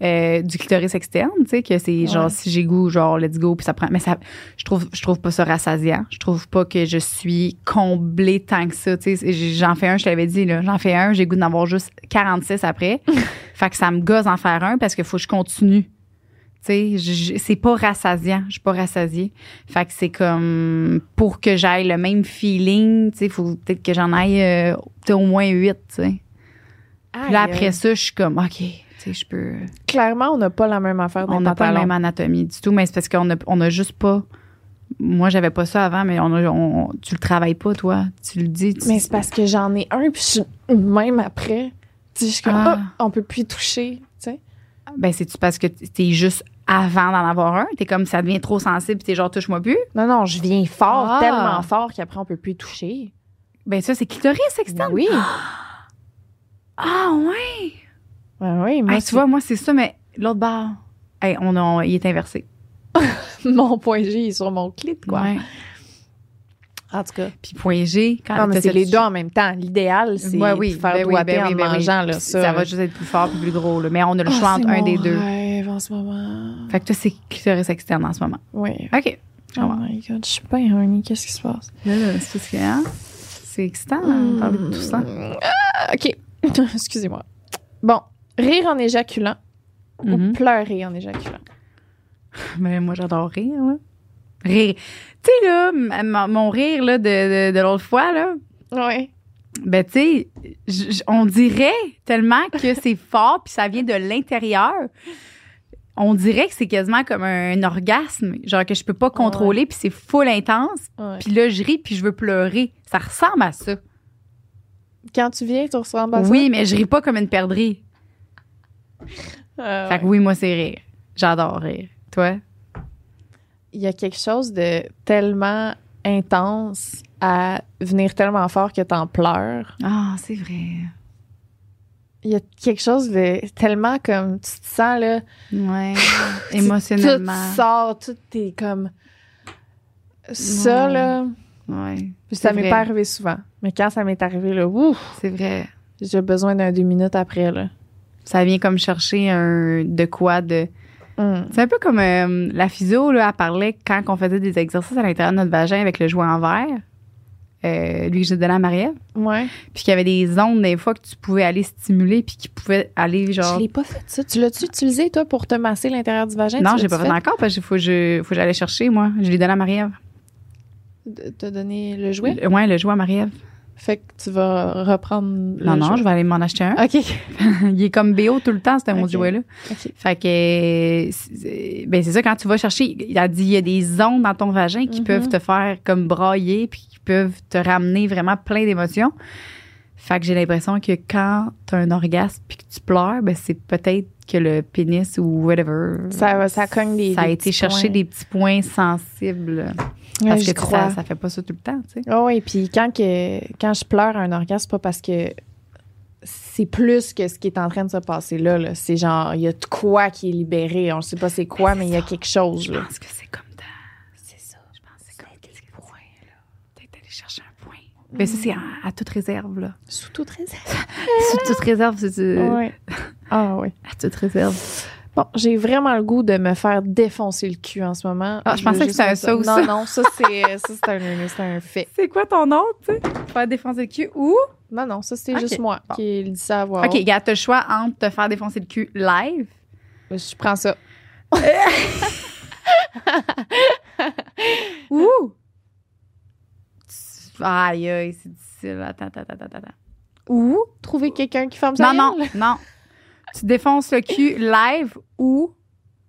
euh, du clitoris externe, tu sais, que c'est
Ouais.
genre si j'ai goût, genre let's go, puis ça prend. Mais ça, je trouve, je trouve pas ça rassasiant. Je trouve pas que je suis comblée tant que ça, tu sais. J- J'en fais un, je t'avais dit, là. J'en fais un, j'ai goût d'en avoir juste 46 après. fait que ça me gosse d'en faire un parce que faut que je continue. Tu sais, je- je- c'est pas rassasiant. Je suis pas rassasiée. Fait que c'est comme pour que j'aille le même feeling, tu sais, faut peut-être que j'en aille euh, peut-être au moins huit, tu sais. Puis là,
Aïe,
après
aïe.
ça, je suis comme, OK, tu sais, je peux.
Clairement, on n'a pas la même affaire
On
des
n'a pas la
pantalons.
même anatomie du tout, mais c'est parce qu'on a, on a juste pas. Moi, j'avais pas ça avant, mais on a- on- tu le travailles pas, toi. Tu le dis. tu-
Mais c'est parce que j'en ai un, puis je suis- même après, tu sais, je suis comme,
Ah.
Ah, on peut plus y toucher, tu sais.
Ben, c'est-tu parce que t'es juste avant d'en avoir un? T'es comme, ça devient trop sensible, pis t'es genre, touche-moi plus.
Non, non, je viens fort,
Ah.
tellement fort qu'après, on peut plus y toucher.
Ben, ça, c'est clitoris externe.
Oui,
Ah, ouais.
ben oui, moi,
Hey, Ah, tu vois, moi, c'est ça, mais l'autre barre, hey, on, a- il est inversé.
(laughs) mon point G est sur mon clit, quoi.
Ouais.
En tout cas.
Puis point G, quand
Non, mais
Ah, t'as
c'est
cette-
les deux en même temps. L'idéal, c'est
Ouais, oui,
de faire
ben oui,
doigter
ben
en
oui, ben oui.
mangeant, là,
Puis
ça.
va juste être plus fort puis plus gros, là. Mais on a le
Ah,
choix
c'est
entre un
mon
des deux.
rêve en ce moment.
Fait que toi, c'est clitoris externe en ce moment.
Oui.
OK. Je
Oh
comprends.
my god, je suis pas horny, qu'est-ce qui se passe?
Là, là, c'est parce que, hein, c'est excitant, hein, de parler de tout ça.
Ah, ok, (laughs) excusez-moi. Bon, rire en éjaculant
Mhm.
ou pleurer en éjaculant.
Mais Ben, moi, j'adore rire, là. Rire. Tu sais, là, m- mon- mon rire là, de, de, de l'autre fois, là,
Oui.
ben, tu sais, j- j- on dirait tellement que (laughs) c'est fort puis ça vient de l'intérieur. On dirait que c'est quasiment comme un orgasme, genre que je peux pas contrôler puis c'est full intense.
Ouais.
Puis là, je ris puis je veux pleurer. Ça ressemble à ça.
Quand tu viens, tu ressembles à ça?
oui, mais je ris pas comme une perdrix.
Ah, Euh,
Fait que oui, moi, c'est rire. J'adore rire. Toi?
il y a quelque chose de tellement intense à venir tellement fort que t'en pleures.
Ah, c'est vrai.
Il y a quelque chose de tellement comme tu te sens là,
(laughs) Ouais.
tout
Émotionnellement.
sort, tout t'es comme ça
Ouais.
là.
Ouais.
Ça
C'est
m'est
vrai.
pas arrivé souvent, mais quand ça m'est arrivé là, ouf,
C'est vrai.
j'ai besoin d'un deux minutes après là.
Ça vient comme chercher un de quoi de.
Hum.
C'est un peu comme euh, la physio, là, elle parlait quand on faisait des exercices à l'intérieur de notre vagin avec le jouet en verre, euh, lui que j'ai donné à Marie-Ève,
Ouais.
puis qu'il y avait des zones des fois que tu pouvais aller stimuler, puis qui pouvaient aller genre.
Je l'ai pas fait ça. Tu l'as-tu utilisé toi pour te masser l'intérieur du vagin
Non,
Tu
j'ai
l'as-tu
pas fait encore parce qu'il faut, que je- faut que j'aille chercher, moi. Je l'ai donné à Marie-Ève.
De- T'as donné le jouet.
Le- Ouais, le jouet à Marie-Ève.
Fait que tu vas reprendre.
Non,
le
non, je
jouet.
vais aller m'en acheter un.
Ok.
(laughs) Il est comme BO tout le temps, c'était mon
Ok.
jouet-là.
Ok.
Fait que, euh, c'est- ben c'est ça, quand tu vas chercher, il a dit, il y a des ondes dans ton vagin qui
Mhm.
peuvent te faire comme brailler, puis qui peuvent te ramener vraiment plein d'émotions. Fait que j'ai l'impression que quand tu as un orgasme puis que tu pleures, ben c'est peut-être que le pénis ou whatever.
Ça va- ça cogne des-
Ça a
des
été
petits
chercher
points.
des petits points sensibles.
Ouais,
parce
j'y
que
crois.
ça, ça fait pas ça tout le temps, tu sais.
Ah oui, puis quand, que, quand je pleure à un orgasme, c'est pas parce que c'est plus que ce qui est en train de se passer là. là. C'est genre, il y a de quoi qui est libéré. On sait pas c'est quoi, mais il y a quelque chose.
Je
Là.
pense que c'est comme dans. C'est ça. Je pense que c'est comme des points, là. Peut-être aller chercher un point. Mais Ben, ça, c'est à, à toute réserve, là.
Sous toute réserve.
Sous toute réserve, c'est. c'est-
Ouais. Euh, (laughs) Ah oui.
À toute réserve.
Bon, j'ai vraiment le goût de me faire défoncer le cul en ce moment.
Ah, je pensais
veux
que c'était
juste
un
mettre
ça ou ça.
Non, non, ça, c'est, euh, ça, c'est, un, c'est un fait.
C'est quoi ton nom, tu sais? Faire défoncer le cul ou.
Non, non, ça, c'est
Ok.
juste moi
Bon.
qui le dit ça à voix
OK, gars, t'as le choix entre te faire défoncer le cul live.
haute. Je prends ça.
Ou. Tu- Aïe, aïe, c'est difficile. Attends, attends, attends, attends, attends. Ou.
Trouver quelqu'un qui ferme ça.
Non, non, non. Tu défonces le cul live ou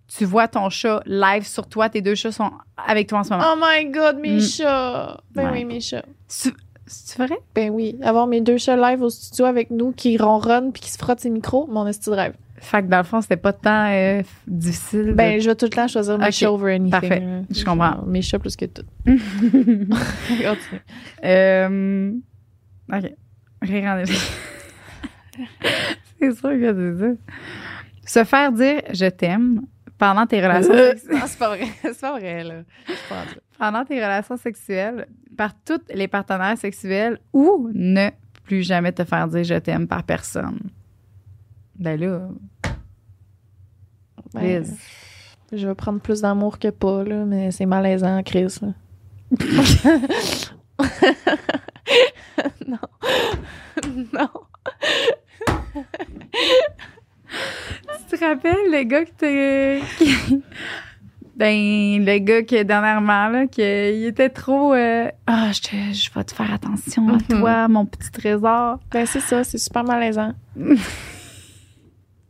tu vois ton chat live sur toi. Tes deux chats sont avec toi en ce moment.
Oh my God, mes
Mm.
chats. Ben
Ouais.
oui, mes chats.
C'est c'est vrai?
Ben oui, avoir mes deux chats live au studio avec nous qui ronronnent puis qui se frottent ses micros, mon esti de rêve.
Fait que dans le fond, c'était pas tant euh, difficile. de-
Ben, je vais tout le temps choisir mes
Ok,
chats over anything.
parfait.
là.
Je comprends.
Genre, Mes chats plus
(laughs)
que tout. Continue.
Euh, OK. Rire en effet. (laughs) C'est sûr que c'est ça. Se faire dire je t'aime pendant tes relations
(laughs)
sexuelles.
Non, c'est pas vrai. C'est pas vrai, là. Je suis pas en train.
Pendant tes relations sexuelles, par tous les partenaires sexuels ou ne plus jamais te faire dire je t'aime par personne. Ben là,
Ben,
Liz.
je vais prendre plus d'amour que pas, là, mais c'est malaisant, Chris.
(laughs)
là. (laughs) non. (laughs) non.
Tu te rappelles le gars que t'es. qui- (laughs) ben, le gars que dernièrement, là, que, il était trop. euh, Ah, je, te- je vais te faire attention à
Mhm.
toi, mon petit trésor.
Ben, c'est ça, c'est super (laughs) malaisant.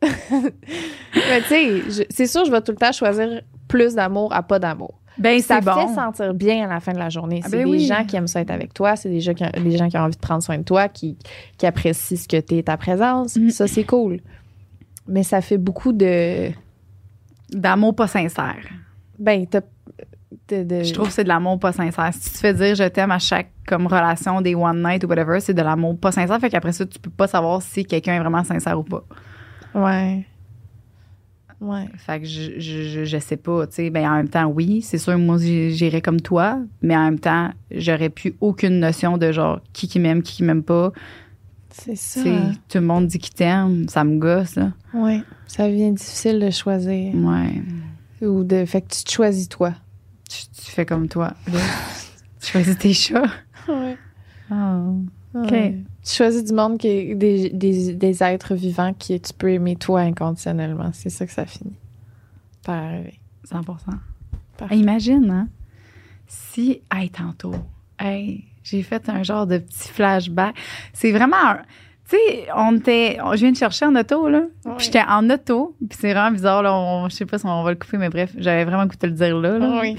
Mais tu sais, je- c'est sûr, je vais tout le temps choisir plus d'amour à pas d'amour.
Ben,
Ça
c'est bon.
fait sentir bien à la fin de la journée.
Ah
C'est
ben
des
oui.
gens qui aiment ça être avec toi, c'est des, gens qui ont- des gens qui ont envie de prendre soin de toi, qui, qui apprécient ce que t'es, ta présence.
Mm.
Ça, c'est cool. Mais ça fait beaucoup de.
D'amour pas sincère.
Ben, t'as. de- de-
Je trouve que c'est de l'amour pas sincère. Si tu te fais dire je t'aime à chaque comme relation des one night ou whatever, c'est de l'amour pas sincère. Fait qu'après ça, tu peux pas savoir si quelqu'un est vraiment sincère ou pas.
Ouais. Ouais.
Fait que je, je, je- je sais pas, tu sais. Ben, en même temps, oui, c'est sûr, moi, j'- j'irais comme toi, mais en même temps, j'aurais plus aucune notion de genre qui qui m'aime, qui qui m'aime pas.
C'est ça.
Tu sais, tout le monde dit qu'il t'aime, ça me gosse, là.
Ouais. Ça devient difficile de choisir.
Ouais.
Ou de. Fait que tu te choisis toi.
Tu, tu fais comme toi. (laughs) tu choisis tes chats.
Ouais.
Oh.
OK. Tu choisis du monde qui est des, des, des êtres vivants qui tu peux aimer toi inconditionnellement. C'est ça que ça finit par arriver.
100
Parfait.
Hey, imagine, hein, si, hey, tantôt, hey, j'ai fait un genre de petit flashback. C'est vraiment, un- tu sais, on était, on- je viens de chercher en auto, là.
Ouais.
Puis j'étais en auto, puis c'est vraiment bizarre, là. on- je sais pas si on va le couper, mais bref, j'avais vraiment le goût de te le dire là. là.
(laughs) Oui.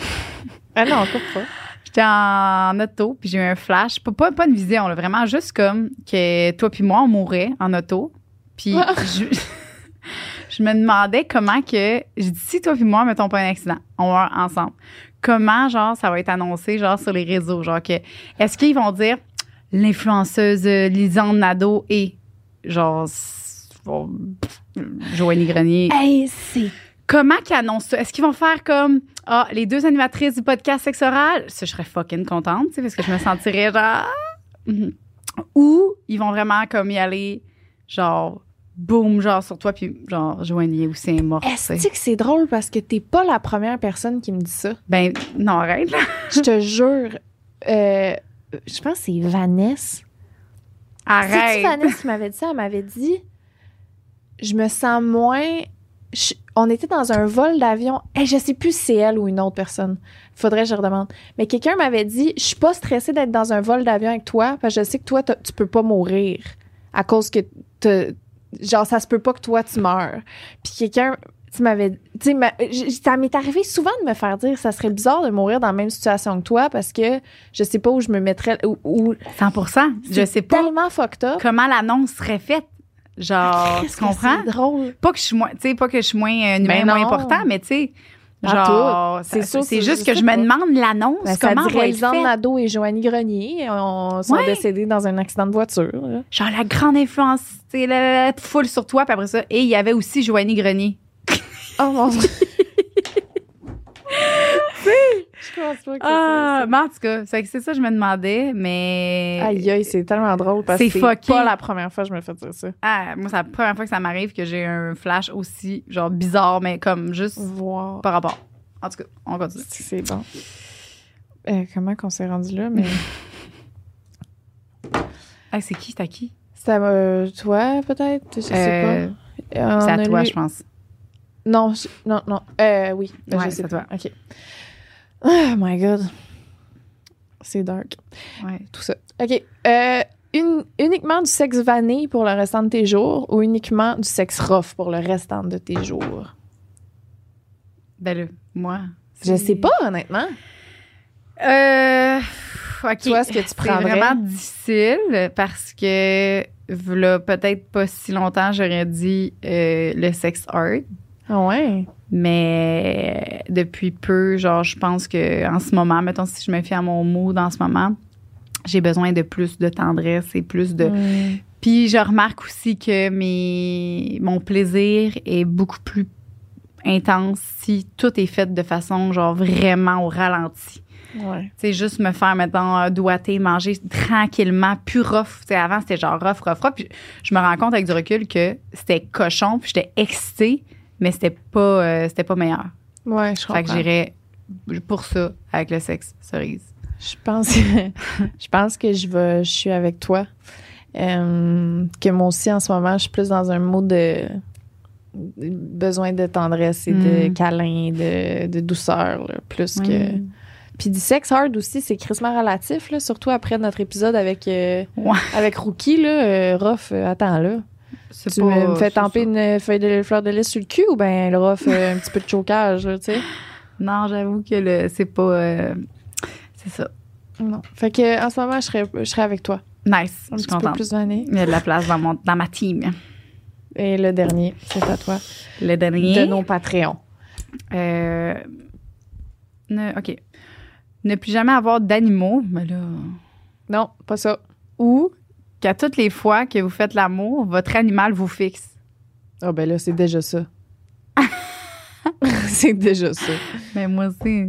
ah non, encore pas.
J'étais en auto, puis j'ai eu un flash. Pas, pas, pas une vision, là, vraiment juste comme que toi puis moi, on mourait en auto. Puis (laughs) je, je me demandais comment que... J'ai dit, si toi puis moi, mettons pas un accident, on meurt ensemble. Comment, genre, ça va être annoncé, genre, sur les réseaux? Genre que... Est-ce qu'ils vont dire l'influenceuse euh, Lisanne Nadeau et, genre, s- bon, pff, Joanie Grenier
Hey, c'est.
Comment qu'ils annoncent ça? Est-ce qu'ils vont faire comme Ah, les deux animatrices du podcast Sexe Oral? Ça, je serais fucking contente, tu sais, parce que je me sentirais genre. Mhm. Ou ils vont vraiment comme y aller, genre, boum, genre sur toi, puis genre, Joanie aussi est morte. tu sais.
Est-ce que c'est drôle parce que t'es pas la première personne qui me dit ça?
Ben, non, arrête, là.
Je te (laughs) jure. euh, je pense que c'est Vanessa. C'est-tu
Arrête.
Vanessa qui m'avait dit ça? Elle m'avait dit Je me sens moins. je- on était dans un vol d'avion. et je sais plus si c'est elle ou une autre personne. Faudrait que je redemande. Mais quelqu'un m'avait dit Je suis pas stressée d'être dans un vol d'avion avec toi parce que je sais que toi, t'as- tu peux pas mourir à cause que. t'as- Genre, ça se peut pas que toi, tu meurs. Puis quelqu'un. Tu m'avais. Tu sais, ma- j- ça m'est arrivé souvent de me faire dire ça serait bizarre de mourir dans la même situation que toi parce que je sais pas où je me mettrais. Où, où-
100 Je
C'est
sais pas
tellement fucked up.
comment l'annonce serait faite. Genre,
Qu'est-ce
tu
que
comprends?
C'est drôle.
Pas que je suis moins, tu sais, pas que je suis moins euh, une humaine
Ben
moins
non.
important, mais tu sais,
Pas
genre,
C'est
c'est
sûr,
c'est
c'est-
juste
je
que
sais
je me
pas.
demande l'annonce,
Ben, ça
comment elle va
dirait
être faite.
Lisanne Nadeau et Joanie Grenier on, sont
Ouais.
décédés dans un accident de voiture. là.
genre la grande influence, c'est la, la foule sur toi, puis après ça. Et il y avait aussi Joanie Grenier.
Oh mon (laughs) dieu. Je pense pas que c'est
Ah,
ça,
mais en tout cas, c'est que c'est ça que je me demandais, mais.
ça. Aïe, aïe, c'est tellement drôle parce que
C'est
c'est
fucké.
pas la première fois que je me fais dire ça.
Ah, moi, c'est la première fois que ça m'arrive que j'ai un flash aussi, genre bizarre, mais comme juste
Wow.
par rapport. En tout cas, on continue.
C'est bon. Euh, comment qu'on s'est rendu là, mais... (laughs)
Ah, c'est qui? T'as qui?
C'était euh, toi, peut-être? Je sais
Euh,
pas. Euh, on
C'est à
a
toi,
lu-
je pense.
Non, je- non, non. Euh, oui, Ben,
Ouais,
je sais
c'est
pas. OK. Oh my God. C'est dark.
Ouais.
Tout ça. OK. Euh, une- uniquement du sexe vanille pour le restant de tes jours ou uniquement du sexe rough pour le restant de tes jours?
Ben là, moi.
Je
c'est-
sais pas, honnêtement.
Euh, pff, ok.
Toi, ce que tu
(laughs) C'est
prendrais?
vraiment difficile parce que, voilà, peut-être pas si longtemps, j'aurais dit euh, le sex art.
Ah ouais?
Mais euh, depuis peu, genre, je pense que en ce moment, mettons, si je me fie à mon mood en ce moment, j'ai besoin de plus de tendresse et plus de.
Hmm.
Puis je remarque aussi que mes, mon plaisir est beaucoup plus intense si tout est fait de façon, genre, vraiment au ralenti.
Ouais.
C'est juste me faire, mettons, euh, doigter, manger tranquillement, plus rough. T'sais, avant, c'était genre rough, rough, rough. Puis je me rends compte avec du recul que c'était cochon, puis j'étais excitée, mais c'était pas, euh, c'était pas meilleur.
Ouais, je
Fait que
comprends.
j'irais pour ça avec le sexe, cerise.
Je pense que (laughs) je pense que je vais, je suis avec toi. Euh, que moi aussi en ce moment, je suis plus dans un mot de besoin de tendresse et de
Mm.
câlin, de, de douceur, là, plus que.
Mm.
Puis du sex hard aussi, c'est crissement relatif, là, surtout après notre épisode avec, euh,
Ouais.
avec Rookie, là, euh, Rof, euh, attends là.
C'est
Tu
pas-
me me fais
c'est ça.
tamper une feuille de fleur de lys sur le cul ou ben le Rof euh, un petit peu de chocage, là, tu sais?
Non, j'avoue que le- c'est pas. euh, c'est ça.
Non. Fait que en ce moment, je serais, je serais avec toi.
Nice.
Un
je suis
petit peu
contente.
plus vanné.
Il y a de la place dans, mon, dans ma team.
Et le dernier, c'est à toi.
Le dernier.
De nos Patreons.
Euh, ne, OK. Ne plus jamais avoir d'animaux, mais là.
Non, pas ça.
Ou qu'à toutes les fois que vous faites l'amour, votre animal vous fixe.
Ah ben là, c'est déjà ça. (laughs) c'est déjà ça.
Mais moi aussi.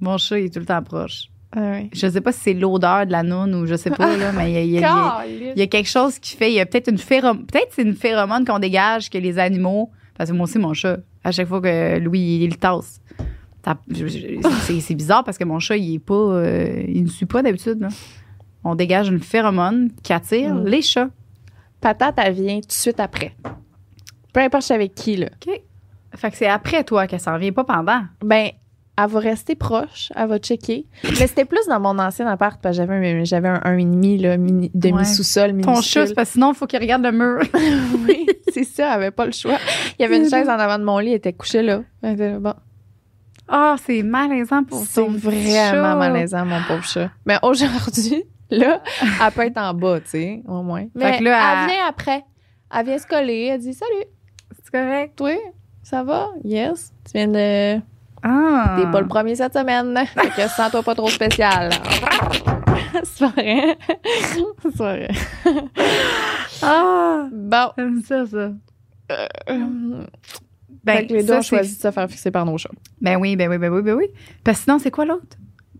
Mon chat, il est tout le temps proche.
Ah oui.
Je sais pas si c'est l'odeur de la noune ou je sais pas, là, mais il y a- il y a- il y (laughs) a, Il y a quelque chose qui fait, il y a peut-être une phéromone, peut-être c'est une phéromone qu'on dégage que les animaux, parce que moi aussi mon chat, à chaque fois que Louis il le tasse, ça- je- je- c'est c'est bizarre parce que mon chat il est pas, euh, il ne suit pas d'habitude. là. On dégage une phéromone qui attire
Mm.
les chats.
Patate, elle vient tout de suite après. Peu importe je suis avec qui, là.
Fait que c'est après toi qu'elle s'en vient, pas pendant.
Ben, elle va rester proche, elle va checker. Mais c'était plus dans mon ancien appart, parce que j'avais un, j'avais un 1,5, là, mini- demi-sous-sol,
Ton
minuscule.
chat, c'est parce que sinon il faut qu'il regarde le mur.
(laughs) oui, c'est ça, elle avait pas le choix. Il y avait une chaise en avant de mon lit, elle était couchée là. Elle était là, bon.
(laughs) Ah, c'est malaisant pour
C'est
ton petit
vraiment
chat.
malaisant, mon pauvre chat. Mais aujourd'hui, (laughs) là, elle peut être en bas, tu sais, au moins. Mais
que là,
elle...
elle-
vient après. Elle vient se coller, elle dit Salut,
C'est correct.
toi, ça va? Yes. Tu viens de.
Ah.
T'es pas le premier cette semaine. Fait que sens-toi pas trop spécial. (laughs) C'est pas vrai. C'est pas vrai.
Ah.
Bon.
J'aime ça, ça.
Euh,
Ben,
fait que les deux
ça,
ont
c'est-
choisi de se faire fixer par nos chats.
Ben oui, ben oui, ben oui, ben oui. Parce que sinon, c'est quoi l'autre?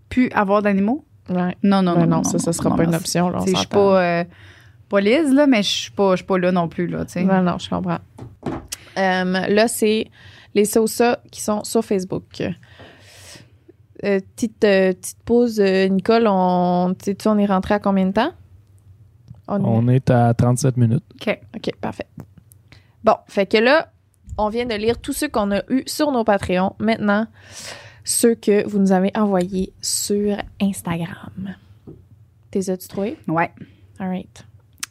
Plus avoir d'animaux?
Ouais.
Non, non,
Ben
non,
non, ça, ça sera
non,
pas une
merci.
option. Là, on
Tu sais, Je suis
s'entend.
pas, euh, pas lise, là, mais je suis pas, je suis pas là non plus, là, tu sais.
Non, non, je comprends. Euh, là, c'est les ça qui sont sur Facebook. Euh, petite, euh, petite pause, euh, Nicole, on, tu sais, tu, on est rentré à combien de temps? On est-
On est à 37 minutes.
OK.
OK, parfait. Bon, fait que là, on vient de lire tous ceux qu'on a eus sur nos Patreons. Maintenant, ceux que vous nous avez envoyés sur Instagram. T'es as-tu trouvé?
Ouais.
All right.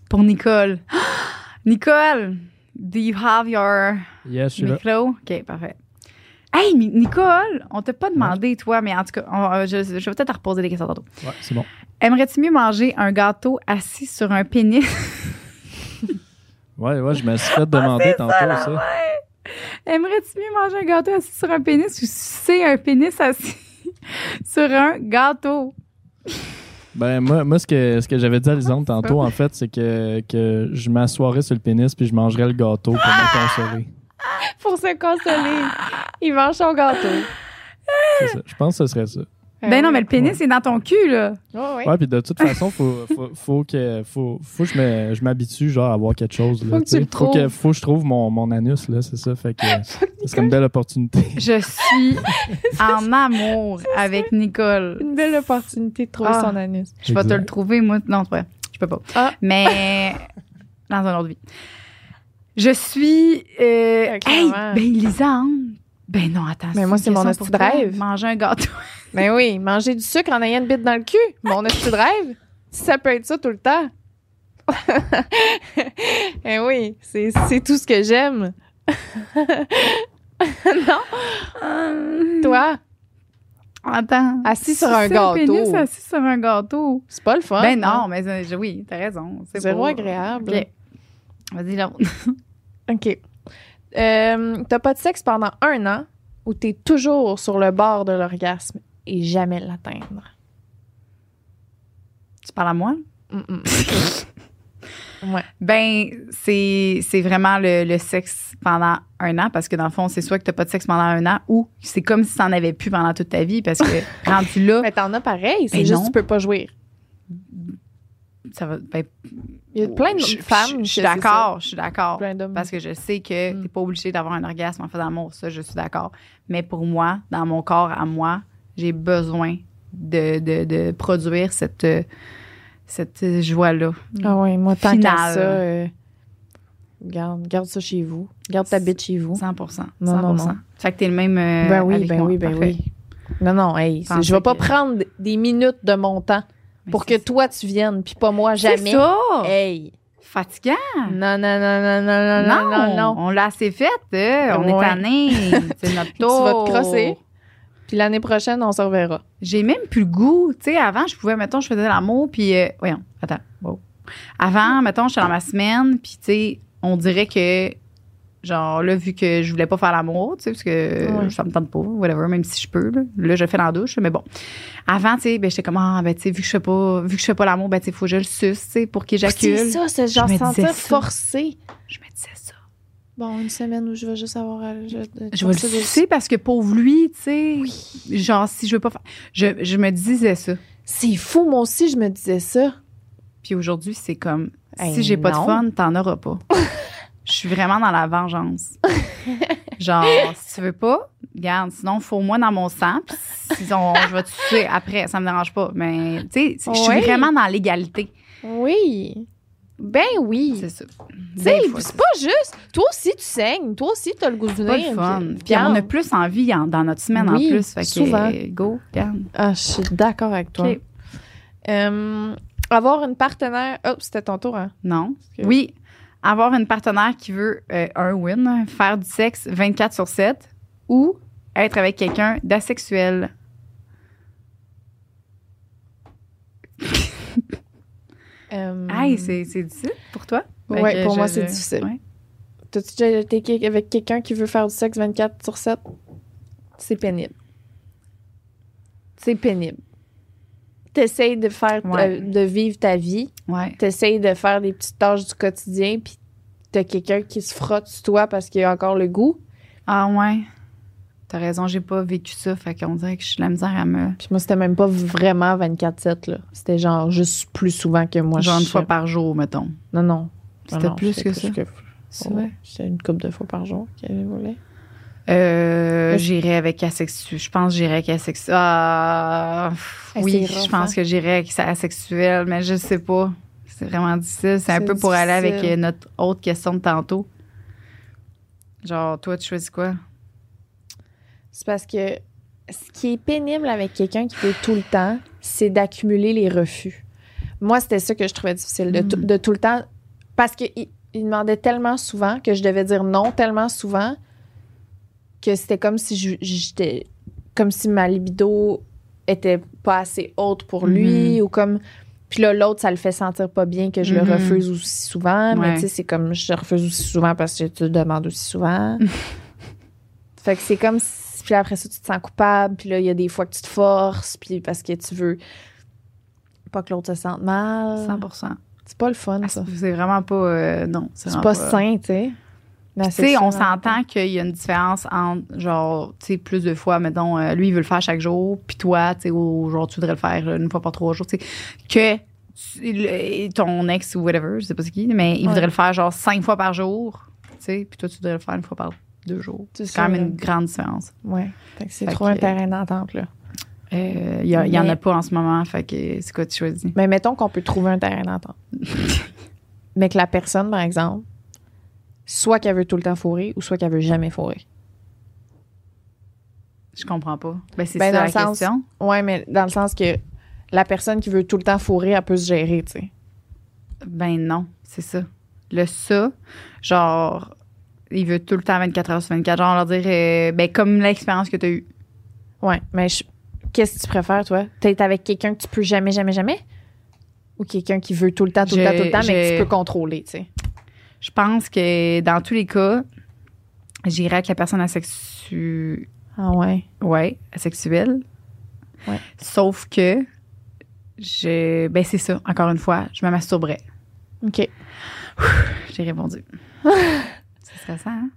Pour Nicole. (gasps) Nicole, do you have your
Yes, je suis là.
micro? OK, parfait. Hey, Mi- Nicole, on t'a pas demandé, toi, mais en tout cas, on- euh, je, je vais peut-être te reposer des questions tantôt.
Ouais, c'est bon.
Aimerais-tu mieux manger un gâteau assis sur un pénis?
Ouais, ouais, je me suis fait demander tantôt Ah, ça.
(laughs) Aimerais-tu mieux manger un gâteau assis sur un pénis ou sucer un pénis assis (laughs) sur un gâteau?
Ben, moi, moi ce que, ce que j'avais dit à Lisande tantôt, en fait, c'est que, que je m'assoirais sur le pénis puis je mangerais le gâteau pour me consoler.
Pour se consoler,
Ah!
il mange son gâteau.
C'est ça. Je pense que ce serait ça.
Euh,
Ben non, mais le pénis est dans ton cul, là.
Oh, oui.
Ouais, puis de toute façon, faut, faut, faut que, faut, faut que je me- je m'habitue genre, à avoir quelque chose.
Faut
Là,
que tu
tu
le
sais. faut, que,
trouves.
faut que je trouve mon, mon anus, là, c'est ça. Fait que ce serait une belle opportunité.
Je suis en amour avec Nicole.
Une belle opportunité de trouver
Ah.
son anus.
(laughs) Je vais te
Exact.
le trouver, moi. Non, c'est vrai. Je peux pas.
Ah. (laughs)
Mais dans une autre vie. Je suis. euh,
Ok,
hey,
ouais.
ben Lisande. Ben non, attends.
Ah, Mais moi, c'est
une
mon
question
esti
pour
de
toi.
rêve.
Manger un gâteau.
Ben oui, manger du sucre en ayant une bite dans le cul. Mon petit rêve, ça peut être ça tout le temps. (laughs) Eh oui, c'est c'est tout ce que j'aime. non, (laughs) toi,
Attends.
Assis sur un
Sucer pénis
gâteau.
assis sur un gâteau.
c'est pas le fun.
Ben
hein?
non, mais euh, oui, t'as raison. C'est
Zéro
pas-
agréable.
OK. Vas-y, là.
OK. Euh, T'as pas de sexe pendant un an ou t'es toujours sur le bord de l'orgasme et jamais l'atteindre.
(laughs) Tu parles à moi?
Mm, mm.
Ben, c'est c'est vraiment le, le sexe pendant un an parce que dans le fond, c'est soit que t'as pas de sexe pendant un an ou c'est comme si t'en avais plus pendant toute ta vie parce
(laughs)
que rendu là,
(laughs) Mais t'en as pareil, c'est
Ben
juste
non.
que tu peux pas jouer.
ça va. Ben,
Il y a plein de
je-
femmes.
Je je suis
que c'est
d'accord, je suis
ça.
d'accord.
Plein d'hommes.
Parce que je sais que
Mm.
t'es pas obligé d'avoir un orgasme en faisant l'amour, ça, je suis d'accord. Mais pour moi, dans mon corps, à moi, j'ai besoin de, de, de produire cette, euh, cette euh, joie-là.
Ah oui, moi, tant
Finale.
qu'à ça, euh, Garde, garde ça chez vous. Garde ta bite chez vous.
100 100
Non, non, non.
Fait que t'es le même. euh,
Ben oui,
avec
ben
moi.
oui, ben
Parfait.
oui. Non, non, hey, c'est-
Pensez
je vais pas
que-
prendre d- des minutes de mon temps
Mais
pour que
c'est-
toi tu viennes, puis pas moi
C'est
jamais.
ça!
Hey.
Fatigant!
Non, non, non, non, non, non, non, non, non.
On l'a assez fait, euh, on est
Ouais. (laughs)
tanné. C'est notre
Tu
tour.
vas te crosser. Puis l'année prochaine, on se reverra.
J'ai même plus le goût. Tu sais, avant, je pouvais, mettons, je faisais l'amour, puis. euh, voyons, attends. wow. Avant, mettons, j'étais dans ma semaine, puis, tu sais, on dirait que. Genre, là, vu que je voulais pas faire l'amour, tu sais, parce que euh,
Ouais.
ça me tente pas, whatever, même si je peux, là, Là, je le fais dans la douche, mais bon. Avant, tu sais, ben, j'étais comme, ah, ben, tu sais, vu que je fais pas, vu que je fais pas l'amour, ben, tu sais, faut que je le suce, tu sais, pour qu'il
C'est
éjacule.
ça, c'est genre
me disais
sentir
ça.
forcé.
Je me disais ça.
Bon, une semaine où je vais juste avoir. à- Je,
Je vais le sucer parce que pauvre lui, tu sais. Genre, si je veux pas faire. Je, je me disais ça.
C'est fou, moi aussi, je me disais ça.
Puis aujourd'hui, c'est comme
Hey,
si j'ai pas de
non.
fun, t'en auras
(laughs)
pas. Je suis vraiment dans la vengeance. Genre,
(laughs)
si tu veux pas, garde, sinon, faut-moi dans mon sang. Puis si on- je vais te tuer après, ça me dérange pas. Mais, tu sais, je suis
Ouais.
vraiment dans l'égalité.
Oui. Ben oui.
C'est ça.
Tu sais,
Des fois,
c'est pas juste. Toi aussi, tu saignes. Toi aussi, t'as le goût du
c'est pas
nez.
le fun. Puis on a plus envie en- dans notre semaine en
Oui,
plus. Fait que,
souvent.
euh, go, garde.
Ah, je suis d'accord avec toi.
OK.
Euh, avoir une partenaire. Oh, c'était ton tour, hein?
Non.
Ok.
Oui. Avoir une partenaire qui veut euh, un win, faire du sexe 24 sur 7 ou être avec quelqu'un d'asexuel.
Euh,
Aïe, c'est c'est difficile pour toi? Fait
Ouais,
que
pour
je-
moi, c'est
je-
difficile.
ouais.
T'as-tu déjà été que- avec quelqu'un qui veut faire du sexe 24 sur 7? C'est pénible. C'est pénible. T'essayes de faire,
Ouais.
euh, de vivre ta vie.
Ouais.
T'essayes de faire des petites tâches du quotidien, puis t'as quelqu'un qui se frotte sur toi parce qu'il a encore le goût.
Ah ouais. T'as raison, j'ai pas vécu ça. Fait qu'on dirait que je suis de la misère à me...
Puis moi, c'était même pas vraiment 24-7, là. C'était genre juste plus souvent que moi.
genre
je-
une fois par jour, mettons.
Non, non.
C'était
Non, non,
plus
c'était
que ça. C'est
Ouais,
vrai?
C'était une couple de fois par jour qu'elle voulait.
Euh,
Mais-
j'irais avec asexuel. Je pense que j'irais avec asexuel. Ah, pff,
Ah,
oui,
c'est rough,
je pense
hein?
que j'irais avec asexuel, mais je sais pas. C'est vraiment difficile. C'est un
C'est
peu pour aller avec
difficile.
euh, notre autre question de tantôt. Genre, toi, tu choisis quoi?
C'est parce que ce qui est pénible avec quelqu'un qui veut tout le temps, c'est d'accumuler les refus. Moi, c'était ça que je trouvais difficile, de, tout-
Mm.
de tout le temps. Parce qu'il il demandait tellement souvent que je devais dire non tellement souvent que c'était comme si je- j'étais. Comme si ma libido était pas assez haute pour lui
Mm-hmm.
ou comme. Puis là, l'autre, ça le fait sentir pas bien que je
Mhm.
le refuse aussi souvent. Mais
Ouais.
tu sais, c'est comme je te refuse aussi souvent parce que tu le demandes aussi souvent. Fait que c'est comme si, puis après ça, tu te sens coupable, puis là, il y a des fois que tu te forces, puis parce que tu veux pas que l'autre se sente mal.
100
C'est Euh, pas le fun,
Ah,
ça.
C'est c'est vraiment pas. euh, non,
C'est
vraiment
pas sain, tu sais. La
Tu sais, on
sexualité.
s'entend qu'il y a une différence entre, genre, tu sais, plus de fois, mettons, euh, lui, il veut le faire chaque jour, puis toi, tu sais, au- genre, tu voudrais le faire euh, une fois par trois jours, tu sais, que tu- le- ton ex ou whatever, je sais pas c'est qui, mais il
Ouais.
voudrait le faire, genre, cinq fois par jour, tu sais, puis toi, tu voudrais le faire une fois par deux jours.
C'est
C'est quand
ça,
même
là.
une grande différence.
Ouais. Fait que c'est
Fait
trop un
que-
terrain d'entente, là.
Euh, Il y, a- il y en
Mais-
a pas en ce moment, fait que c'est quoi tu choisis?
Mais mettons qu'on peut trouver un
(laughs)
terrain d'entente. Mais que la personne, par exemple, soit qu'elle veut tout le temps fourrer, ou soit qu'elle veut jamais fourrer.
Je comprends pas. Ben, c'est
Ben,
ça
dans
la
le sens-
question.
Ouais, mais dans le sens que la personne qui veut tout le temps fourrer, elle peut se gérer, tu sais.
Ben non, c'est ça. Le ça, genre, il veut tout le temps 24 heures sur 24. Genre, leur dire, euh, ben, comme l'expérience que tu as eue.
Ouais, mais je- qu'est-ce que tu préfères, toi? T'es avec quelqu'un que tu peux jamais, jamais, jamais? Ou quelqu'un qui veut tout le temps, tout le
J'ai-
temps, tout le temps, mais que
j'ai-
tu peux contrôler, tu sais?
Je pense que dans tous les cas, j'irai avec la personne asexu...
Ah ouais.
ouais, asexuelle.
Ouais.
Sauf que, je... ben, c'est ça, encore une fois, je me masturberais.
OK.
J'ai répondu. c'est stressant, hein?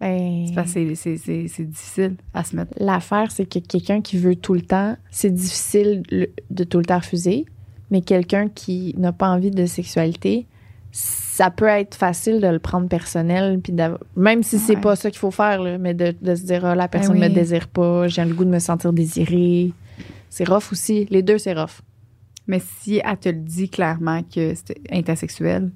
Ben,
C'est parce que c'est- c'est- c'est c'est difficile à se mettre.
l'affaire, c'est que quelqu'un qui veut tout le temps, c'est difficile le- de tout le temps refuser, mais quelqu'un qui n'a pas envie de sexualité, ça peut être facile de le prendre personnel, puis d'av- même si c'est
Ouais. Ben
pas ça qu'il faut faire, là, mais de, de se dire, ah, la personne
oui.
me désire pas, j'ai le goût de me sentir désirée. C'est rough aussi. Les deux, c'est rough.
Mais si elle te le dit clairement que c'était intersexuel,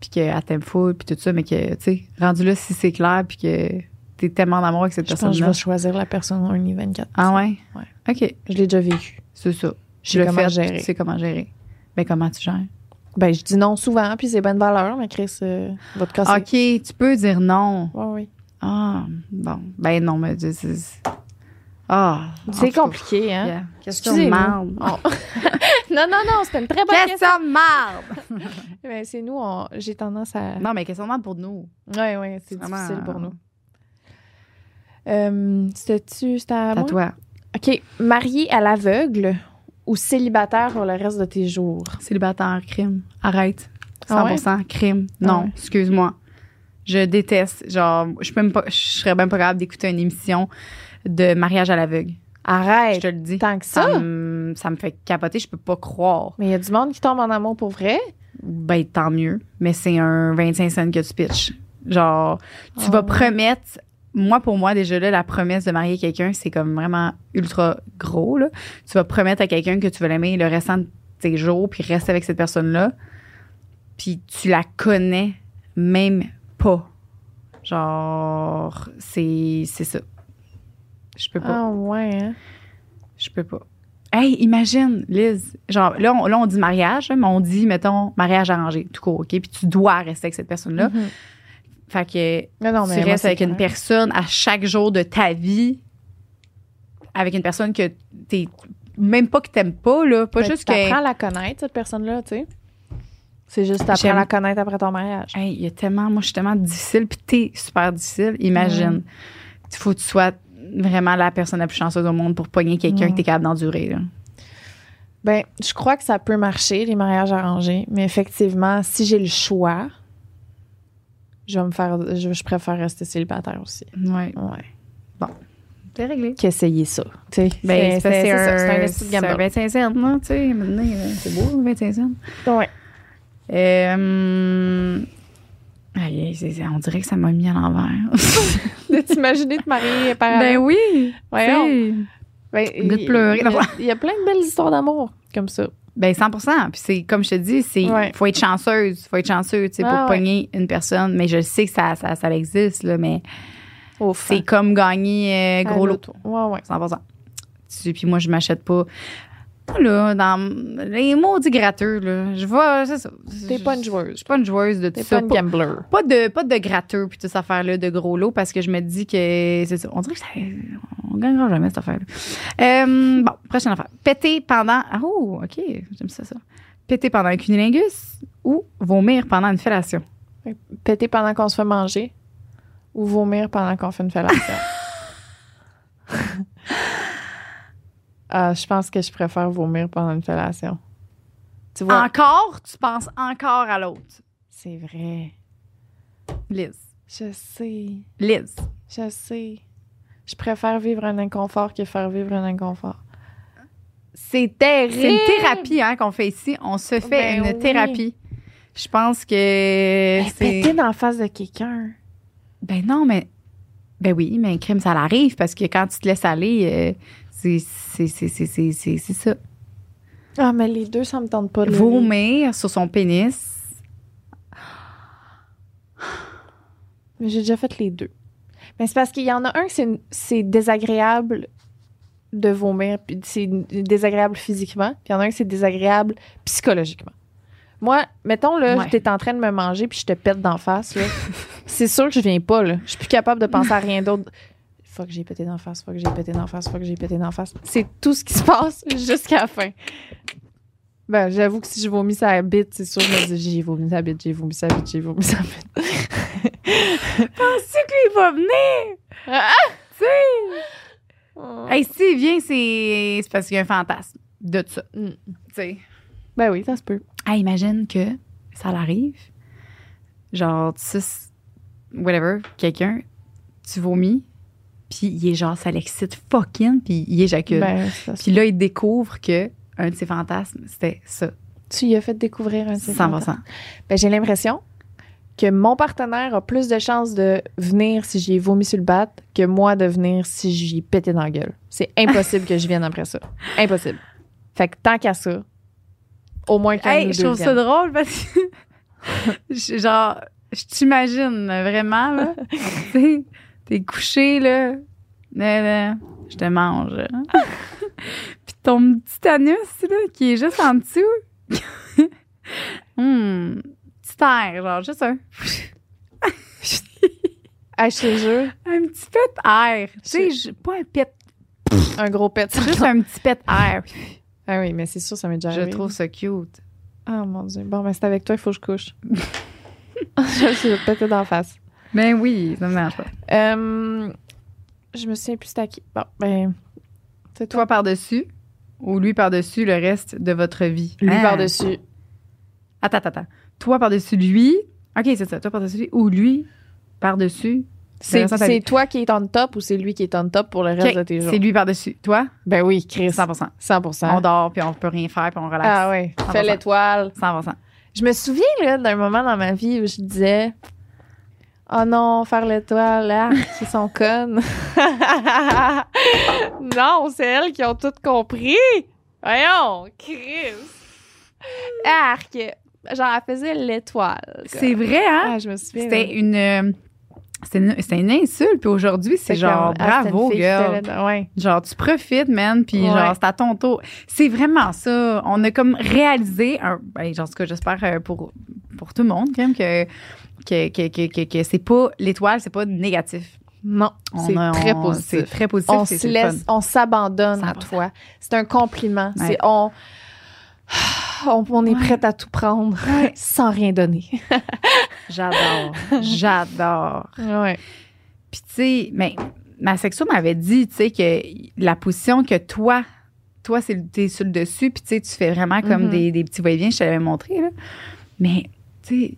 puis qu'elle t'aime full, puis tout ça, mais que, tu sais, rendu là, si c'est clair, puis que t'es tellement en amour avec cette
Je pense que je
personne-là.
vais choisir la personne en 1,24.
Ah ouais?
Ouais.
OK,
Je l'ai déjà vécu.
c'est ça.
Je sais
Le
comment
fait,
gérer.
Tu sais comment gérer. Mais comment tu gères?
Ben, je dis non souvent, puis c'est bonne valeur, mais Chris euh, va te
Ah,
casser.
OK, tu peux dire non.
Ouais, oui.
Ah, bon. Ben non, mais c'est- c'est... Ah. en
C'est
tout cas,
compliqué, hein?
yeah. Question de
Excusez-nous.
marbre.
Non, non, non, c'était une très bonne question.
Question de marbre!
Mais Ben, c'est nous, on- j'ai tendance à.
Non, mais question de marbre pour nous.
Ouais, ouais, c'est
Vraiment,
difficile pour nous.
euh,
Euh, C'était-tu, c'était à
À
moi?
toi.
OK. Marié à l'aveugle ou célibataire pour le reste de tes jours?
Célibataire, crime. Arrête. 100%
Ah ouais?
crime.
Ah
Non,
ouais.
excuse-moi. Je déteste. Genre, je suis même pas, je serais même pas capable d'écouter une émission de mariage à l'aveugle. Je
Arrête.
te le dis.
Tant que
Ça,
ça.
me, ça me fait capoter, je peux pas croire.
Mais il y a du monde qui tombe en amour pour vrai.
Ben, tant mieux. Mais c'est un 25 cents que tu pitches. Genre, tu
Ah
vas
ouais.
promettre. Moi, pour moi, déjà là, la promesse de marier quelqu'un, c'est comme vraiment ultra gros. Là. Tu vas promettre à quelqu'un que tu vas l'aimer le restant de tes jours, puis rester avec cette personne-là. Puis tu la connais même pas. Genre, c'est c'est ça. Je peux pas.
Ah, ouais, hein?
Je peux pas. Hey, imagine, Liz. Genre, là, on, là, on dit mariage, hein, mais on dit, mettons, mariage arrangé, tout court, OK? Puis tu dois rester avec cette personne-là.
Mhm.
Fait que
Mais non, mais.
tu
moi,
restes
c'est
avec une
clair.
personne à chaque jour de ta vie, avec une personne que t'es. Même pas que t'aimes pas, là. Pas
Mais
juste que.
Ben, T'apprends à la connaître, cette personne-là, tu sais. C'est juste t'apprends
J'aime-
à la connaître après ton mariage.
Hey, il y a tellement. Moi, je suis tellement difficile, puis t'es super difficile. Imagine. Il faut que tu sois vraiment la personne la plus chanceuse au monde pour pogner quelqu'un
Mhm.
que t'es capable d'endurer, là.
Ben, je crois que ça peut marcher, les mariages arrangés, mais effectivement, si j'ai le choix, je vais me faire. Je, je préfère rester célibataire aussi.
Ouais.
Ouais.
T'es réglé.
Qu'essayer ça. tu sais.
Ben, c'est,
c'est
c'est,
ça, c'est
un,
esti de
c'est un 25 cents, là, tu sais, maintenant, euh, c'est beau, 25 cents.
Ouais.
Euh, hum, aïe, aïe, c'est- c'est- on dirait que ça m'a mis à l'envers.
(laughs)
(laughs) Ben
De t'imaginer te (laughs) marier par
oui,
Euh, Voyons. Ben,
goût de pleurer,
il y a-
d'avoir-
Il y a plein de belles histoires d'amour comme ça.
Ben 100 Puis c'est comme je te dis, c'est
Ouais.
faut être chanceuse, faut être chanceux, tu sais,
Ah,
pour
ouais.
pogner une personne. Mais je sais que ça, ça, ça existe, là, mais
Au
c'est comme gagner euh, gros lot.
Ouais, ouais.
100 Tu- Puis moi, je m'achète pas. Moi, Là, dans les maudits gratteux, là, je vois, c'est ça.
T'es pas une
Je- Je
joueuse.
suis pas une joueuse de tout
T'es
ça.
pas une gambler.
Pas de, pas de gratteux puis toute cette affaire-là de gros lot parce que je me dis que c'est ça. On dirait que ça, on gagnera jamais cette affaire-là. Euh, bon, prochaine affaire. Péter pendant. ah, Oh, OK, j'aime ça, ça. Péter pendant un cunilingus ou vomir pendant une fellation.
Péter pendant qu'on se fait manger ou vomir pendant qu'on fait
(laughs)
une fellation. Ah, je pense que je préfère vomir pendant une fellation. Tu vois,
Encore, tu penses encore à l'autre.
c'est vrai.
Liz.
Je sais.
Liz.
Je sais. Je préfère vivre un inconfort que faire vivre un inconfort.
C'est terrible. C'est
Terrible.
une thérapie hein, qu'on fait ici. On se fait
Ben
une
oui.
thérapie. Je pense que
Mais
c'est.
péter dans la face de quelqu'un.
Ben non, mais. Ben oui, mais un crime, ça l'arrive parce que quand tu te laisses aller, euh, c'est c'est- c'est- c'est- c'est- c'est- c'est ça.
Ah, mais les deux, ça me tente pas de le vivre.
Vomir sur son pénis.
Mais J'ai déjà fait les deux. Mais c'est parce qu'il y en a un que c'est une- c'est désagréable de vomir, puis c'est désagréable physiquement, puis il y en a un que c'est désagréable psychologiquement. Moi, mettons, là,
Ouais.
t'es en train de me manger, puis je te pète d'en face, là. (laughs) c'est sûr que je viens pas, là. Je suis plus capable de penser à rien d'autre. Faut que j'ai pété d'en face, faut que j'ai pété d'en face, faut que j'ai pété d'en face. C'est tout ce qui se passe (laughs) jusqu'à la fin. Ben, j'avoue que si je vomis sa bite, c'est sûr que je me dis j'ai vomi sa bite, j'ai vomi sa bite, j'ai vomi sa bite.
Penses-tu qu'il va venir?
Ah!
Tu sais! Hey, s'il vient, c'est c'est parce qu'il y a un fantasme de ça.
Mm.
Tu sais.
Ben oui, ça se peut.
Ah, imagine que ça l'arrive. Genre, tu suces, whatever, quelqu'un, tu vomis, puis il est genre, ça l'excite fucking, puis il éjacule.
Ben, ça se
Puis là, il découvre que un de ses fantasmes, c'était ça.
Tu y as fait découvrir un de ces
100%.
fantasmes. Ben, j'ai l'impression que mon partenaire a plus de chances de venir si j'ai vomi sur le bat que moi de venir si j'y pété dans la gueule. C'est impossible que je vienne après ça. Impossible. Fait que tant qu'à ça, au moins qu'un
Hey,
ou
je
deux
trouve ça
viennent.
drôle parce que (laughs) Je- genre, je t'imagine là, vraiment, (laughs) là. Tu sais, t'es couché, là. Là, là, je te mange. (laughs) là. Puis ton petit anus, là, qui est juste en dessous. (laughs) Hum, petit air, genre, juste un.
Ah, je te jure,
Un petit peu d'air. Tu sais, je- pas un pet,
un
(laughs)
gros pet.
juste un petit pet (laughs) d'air.
Ah oui, mais c'est sûr, ça m'est déjà
Je
arrivé.
trouve ça cute.
Ah mon dieu. Bon, mais c'est avec toi, il faut que
(laughs)
je couche. je me suis pété d'en face.
Ben oui, ça me dérange pas.
Euh, je me souviens plus c'était à qui. Bon, ben. C'est toi.
Toi par-dessus ou lui par-dessus le reste de votre vie?
Lui
Ah.
par-dessus.
Attends, attends, attends. Toi par-dessus lui. OK, c'est ça. Toi par-dessus lui ou lui par-dessus.
C'est
reste à ta
c'est
vie.
toi qui est en top ou c'est lui qui est en top pour le reste
OK,
de tes jours?
C'est lui par-dessus. Toi,
Ben oui, Chris.
100
100%.
On dort, puis on peut rien faire, puis on relaxe.
Ah ouais, fais
100%.
l'étoile.
100
Je me souviens là d'un moment dans ma vie où je disais "Oh non, faire l'étoile là, qui sont connes." (laughs) non, c'est elles qui ont tout compris. Voyons, Chris. Arc. Genre elle faisait l'étoile.
C'est vrai, hein?
Ah, je me souviens.
C'était une... euh, C'était une, c'était une insulte, puis aujourd'hui, c'est
ah,
genre bravo, girl.
Ouais.
Genre, tu profites, man, puis
Ouais.
genre, c'est à ton tour. C'est vraiment ça. On a comme réalisé, un, ben, genre, en tout cas, j'espère euh, pour, pour tout le monde, quand même, que, que, que, que, que, que c'est pas, l'étoile, c'est pas négatif.
Non,
On
c'est
a-
très
on- C'est
positif.
très positif.
On
c'est-
se
c'est le fun.
laisse, on s'abandonne à
100%.
toi. C'est un compliment.
Ouais.
C'est on, on, on est
Ouais.
prête à tout prendre sans rien donner. (laughs)
J'adore. J'adore.
Ouais.
Puis, tu sais, mais ma sexo m'avait dit, tu sais, que la position que toi, toi, c'est t'es sur le dessus, puis tu sais, tu fais vraiment comme
Mhm.
des, des petits va-et-vient, je te l'avais montré, là. Mais, tu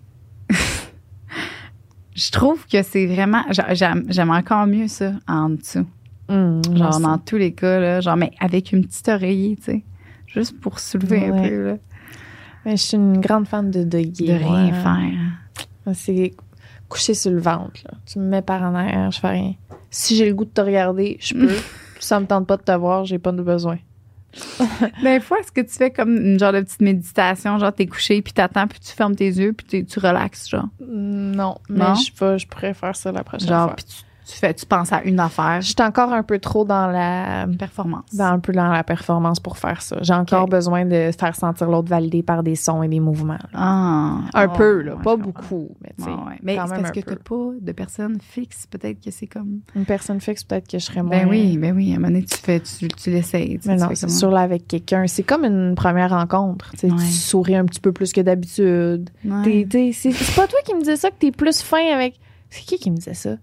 sais, (laughs) je trouve que c'est vraiment. j'a- J'aime j'aime encore mieux ça en dessous.
Mm,
Genre, dans tous les cas, là. Genre, mais avec une petite oreiller, tu sais. Juste pour soulever un
Ouais.
peu, là.
Mais je suis une grande fan de doggy.
De rien
moi.
faire.
Moi, C'est coucher sur le ventre. là. Tu me mets par en arrière, je fais rien. Si j'ai le goût de te regarder,
(laughs)
je peux. Si ça me tente pas de te voir, j'ai pas de besoin.
Des fois, est-ce que tu fais comme une genre de petite méditation, genre t'es couché, puis t'attends, puis tu fermes tes yeux, puis t'es- tu relaxes, genre?
Non, mais
Non?
je sais pas, je pourrais faire ça la prochaine
Genre,
fois.
puis tu, tu fais, tu penses à une affaire,
Je suis encore un peu trop dans la
une performance.
dans un peu dans la performance pour faire ça. J'ai encore
Ok.
besoin de faire sentir l'autre validé par des sons et des mouvements. là.
Ah,
Un
ouais,
peu, là,
ouais, je
pas
comprends.
beaucoup, mais tu sais,
Ouais, ouais. Mais
quand
c'est
même
parce
un
que
peu.
t'as pas de personne fixe, peut-être que c'est comme.
une personne fixe, peut-être que je serais moins.
Ben oui, ben oui, à un moment donné, tu fais, tu, tu l'essayes. tu sais,
Mais
tu
non,
fais
c'est
comme-
sûr, là, avec quelqu'un, c'est comme une première rencontre. Tu sais,
Ouais.
Tu souris un petit peu plus que d'habitude.
Ouais.
T'es- t'es- C'est c'est pas toi qui me disais ça que t'es plus fin avec. C'est qui qui me disait ça?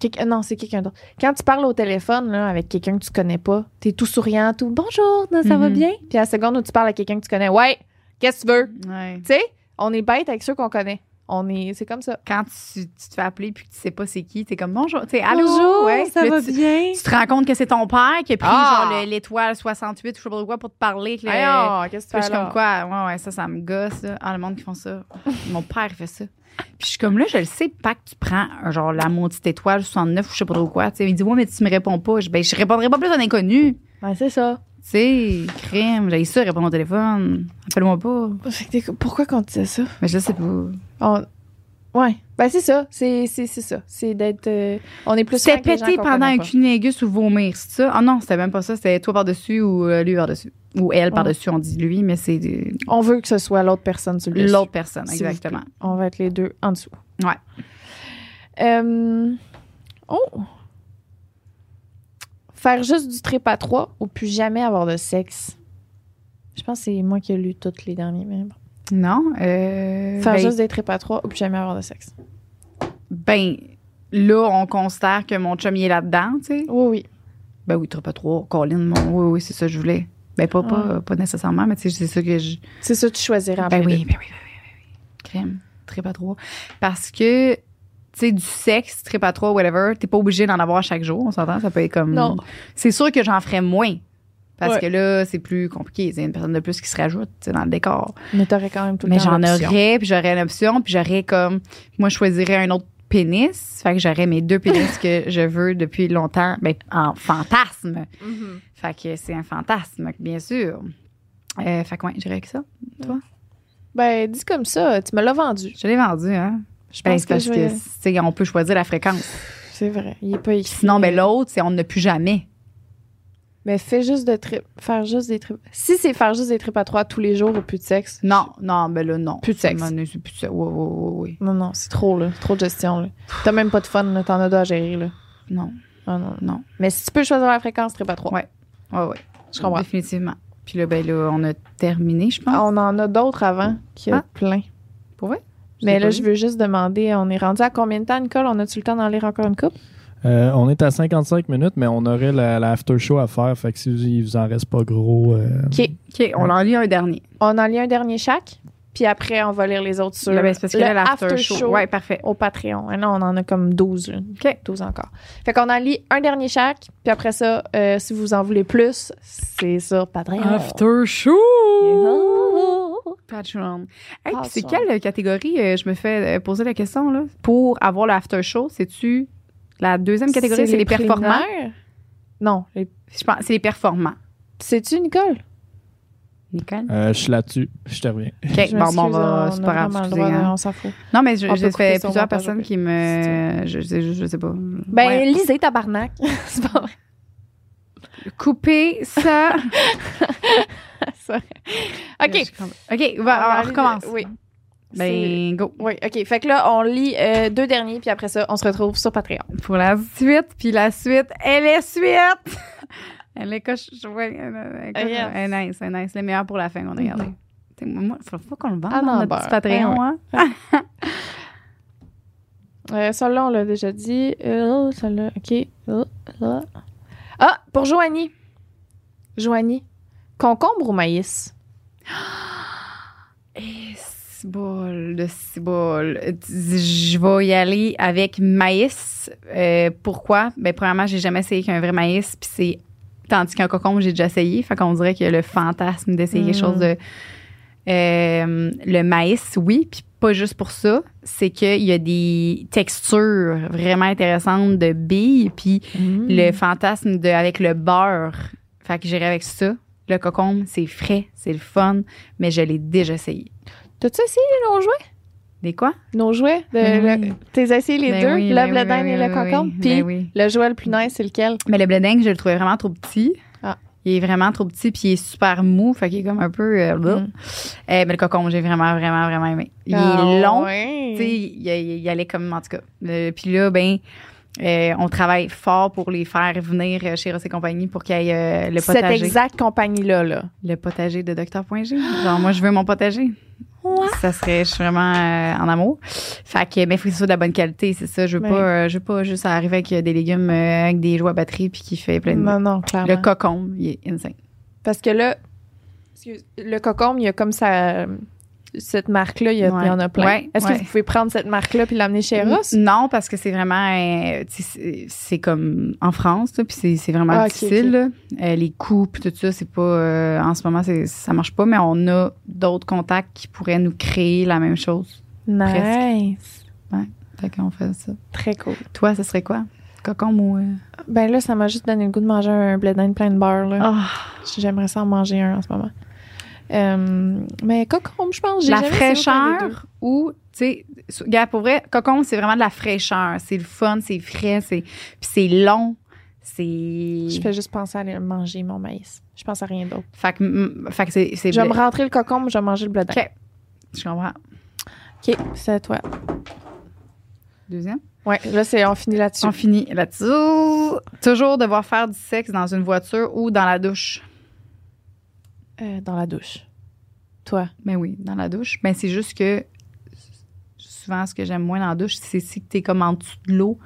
Quelqu'un- non, c'est quelqu'un d'autre. Quand tu parles au téléphone là, avec quelqu'un que tu connais pas, t'es tout souriant, tout bonjour, ça va
Mhm.
bien? Puis à la seconde où tu parles à quelqu'un que tu connais, ouais, qu'est-ce que tu veux?
Ouais.
Tu sais, on est bête avec ceux qu'on connaît. On est, c'est comme ça.
Quand tu, tu te fais appeler puis que tu sais pas c'est qui, t'es comme bonjour, tu sais, allô,
Bonjour,
ouais,
ça
Puis là,
va
tu,
bien?
tu te rends compte que c'est ton père qui a pris
Ah!
genre le- l'étoile 68 ou je sais pas quoi pour te parler. que le-
(laughs) Voyons, qu'est-ce
Puis
que
je suis
tu fais
comme
alors?
quoi, ouais, ouais, ça, ça me gosse. là. Ah, le monde qui font ça. Mon père, il fait ça. Puis je suis comme là, je le sais pas que tu prends euh, genre la maudite étoile 69 ou je sais pas trop quoi. Tu sais, il dit, ouais, mais tu me réponds pas. Je, ben, je répondrai pas plus à un inconnu.
Ouais, c'est ça.
Tu sais, crime, j'ai ça, répondre au téléphone. Appelle-moi pas.
Fait que t'es- Pourquoi qu'on disait ça?
Mais je sais pas.
On- Ouais. Ben, c'est ça. C'est c'est- c'est ça. C'est d'être. euh, On est plus
C'était
fin que les gens
pété
qu'on
pendant
connaît
un
pas.
cunégus ou vomir, c'est ça? Ah non, c'était même pas ça. C'était toi par-dessus ou euh, lui par-dessus. Ou elle
Ouais.
par-dessus, on dit lui, mais c'est euh,
On veut que ce soit l'autre personne sur le
l'autre personne,
S'il vous
exactement.
On va être les deux en dessous.
Ouais.
Euh, Oh! Faire juste du trip à trois ou plus jamais avoir de sexe. Je pense que c'est moi qui ai lu toutes les derniers. Mais bon.
Non? Euh,
Faire
ben,
juste des trips à trois ou plus jamais avoir de sexe.
ben là, on considère que mon chum il est là-dedans, tu sais.
Oui, oui.
Ben oui, t'as pas trop, Colin, mon, oui, oui, c'est ça que je voulais. Ben pas, pas, pas nécessairement, mais tu sais, c'est ça que je.
C'est ça, tu choisirais entre
Ben
les
oui, ben oui,
deux.
ben oui, ben oui, ben oui. Crème, trip à trois. Parce que, tu sais, du sexe, trip à trois, whatever, t'es pas obligé d'en avoir chaque jour, on s'entend? Ça peut être comme.
Non.
C'est sûr que j'en ferais moins. Parce
Ouais.
que là, c'est plus compliqué. Il y a une personne de plus qui se rajoute tu sais, dans le décor.
Mais t'aurais quand même tout le
Mais
temps
j'en
l'option.
aurais, puis j'aurais une option, puis j'aurais comme. Moi, je choisirais un autre pénis. Fait que j'aurais mes deux pénis
(laughs)
que je veux depuis longtemps, ben, en fantasme.
Mm-hmm.
Fait que c'est un fantasme, bien sûr. Euh, fait que ouais, j'irais avec ça.
Ben, dis comme ça, tu me l'as vendu.
Je l'ai vendu, hein?
Je
Ben,
pense
c'est
que
parce
je
que,
vais-
tu sais, on peut choisir la fréquence.
C'est vrai, il est pas
Puis
écrit.
sinon, ben, l'autre, c'est on n'a plus jamais.
Mais fais juste de trip, faire juste des trips. Si c'est faire juste des trips à trois tous les jours au plus de sexe.
Non, non, ben là, non.
Plus de sexe.
Non, non, c'est plus de sexe. Oui, oui, oui,
Non, non, c'est trop, là. C'est Trop de gestion, là. T'as même pas de fun, là. T'en as deux à gérer, là.
oui. Non.
Ah, non.
Non.
Mais si tu peux choisir la fréquence, trip à trois.
Ouais. Oui, oui.
Je comprends.
Définitivement. Puis là, ben là, on a terminé, je pense.
Ah, on en a d'autres avant qui a
Ah.
plein.
Pour vrai?
Mais
l'ai
là,
pas
je
vu.
veux juste demander, on est rendu à combien de temps, Nicole? On a-tu le temps d'en lire encore une coupe?
Euh, on est à 55 minutes, mais on aurait la, la after show à faire. Fait que si vous, il vous en reste pas gros. euh,
Oh.
OK, on en lit un dernier.
On en lit un dernier chaque, puis après, on va lire les autres sur
Là, ben, c'est parce que
le
là, l'after
after
show. Ouais, parfait.
au Patreon. Et là, on en a comme 12, là.
OK.
12 encore. Fait qu'on en lit un dernier chaque, puis après ça, euh, si vous en voulez plus, c'est sur Patreon.
Ah, show!
Oh.
Patreon. Hey, puis
Patreon.
c'est quelle euh, catégorie euh, je me fais euh, poser la question là pour avoir le after show C'est-tu la deuxième catégorie C'est les, performants.
préliminaires? Non. les-
Je pense c'est les performants.
C'est-tu, Nicole?
Nicole.
euh, je suis là-dessus. Je te reviens.
Ok,
Je
Ben, bon, bon, on va,
m'excuse,
c'est
on
pas
a
grave,
vraiment le
excusez,
droit de-
hein.
on s'en fout.
Non, mais je,
on
j'ai
peut couper
fait
ça au
plusieurs
montage,
personnes
ok.
qui me, je, je, je sais pas.
Ben,
Ouais.
lisez, tabarnak. (laughs) c'est pas vrai.
couper ça.
c'est vrai. OK.
Je comprends. (laughs) Ok, va- on,
en
recommence.
lit- Oui. C'est-
Ben go.
Oui, OK. Fait que là, on lit euh, deux derniers, puis après ça, on se retrouve sur Patreon.
pour la suite, puis la suite, elle est suite! (laughs) elle est coche. je vois, Elle elle- elle-
Yes.
elle est nice, elle est nice. Le meilleur pour la fin qu'on a gardé. T'sais, Moi, il faut faut qu'on le vende,
Ah
dans
non,
notre
ben,
petit Patreon.
ben
hein.
Euh, Celle-là, on l'a déjà dit. Euh, Celle-là, OK. Euh, euh. Ah, pour Joanie. Joanie. Concombre ou maïs?
Et cibole, de cibole. Je vais y aller avec maïs. Euh, pourquoi? Ben, premièrement, j'ai jamais essayé qu'un vrai maïs, puis c'est. Tandis qu'un cocon, j'ai déjà essayé. Fait qu'on dirait que le fantasme d'essayer quelque chose de. Euh, le maïs, oui, puis pas juste pour ça. C'est qu'il y a des textures vraiment intéressantes de billes, puis
Hmm.
le fantasme de avec le beurre. Fait que j'irai avec ça. Le cocombe, c'est frais, c'est le fun, mais je l'ai déjà essayé.
T'as-tu essayé nos jouets?
Des quoi?
Nos jouets? de-
Ben
le-
oui.
T'es essayé les
Ben
deux?
oui,
le
ben oui,
bledin
ben
et
oui,
le
ben
concombre?
oui,
Puis
ben oui.
le jouet le plus nice, c'est lequel?
Mais le bleding, je le trouvais vraiment trop petit.
Ah.
Il est vraiment trop petit, puis il est super mou, fait qu'il est comme un peu. euh, blah.
Mm.
Eh, mais le cocon, j'ai vraiment, vraiment, vraiment aimé. Il
Ah,
est long, tu sais, il, il- il allait comme, en tout cas. Euh, puis là, ben, euh, on travaille fort pour les faire venir euh, chez Ross et compagnie pour qu'il y ait euh, le
Cette
potager.
exacte compagnie-là, là.
Le potager de Docteur.g. Genre, moi, je veux mon potager. Ça serait, je suis vraiment euh, en amour. Fait que, mais il faut que ce soit de la bonne qualité, c'est ça. Je veux,
Ouais.
pas, euh, je veux pas juste arriver avec euh, des légumes, euh, avec des jouets à batterie, puis qui fait plein de.
Non, non,
Le
clairement.
cocon, il est insane.
Parce que là, excuse, le cocombe, il y a comme ça. Cette marque-là, il y, a-
Ouais.
il y en a plein.
Ouais,
Est-ce
ouais.
que vous pouvez prendre cette marque-là puis l'amener chez Ross?
Non, parce que c'est vraiment. euh, tu sais, c'est- c'est comme en France, là, puis c'est- c'est vraiment
Ah, ok,
difficile. là. Euh, les coûts, puis tout ça, c'est pas. euh, en ce moment, c'est- ça marche pas, mais on a d'autres contacts qui pourraient nous créer la même chose.
mm, Nice.
Fait qu'on fait ça.
Très cool.
Toi, ce serait quoi? Cocon ou. euh,
Ben là, ça m'a juste donné le goût de manger un bledin plein de beurre. Là.
Ah.
J'aimerais ça en manger un en ce moment. Euh, mais cocombe, je pense. j'ai
la
jamais essayé aucun des deux.
fraîcheur ou tu sais so- gars pour vrai cocon c'est vraiment de la fraîcheur c'est le fun c'est frais c'est puis c'est long c'est
Je fais juste penser à aller manger mon maïs. Je pense à rien d'autre.
fait que, mm, fait que c'est c'est
Je vais me rentrer le cocombe, je vais manger le bledin.
Ok. je comprends
OK, c'est à toi.
deuxième
Ouais, là, c'est on finit là-dessus.
on finit là-dessus toujours devoir faire du sexe dans une voiture ou dans la douche
Euh, dans la douche. Toi.
ben oui dans la douche ben c'est juste que souvent ce que j'aime moins dans la douche c'est si t'es comme en dessous de l'eau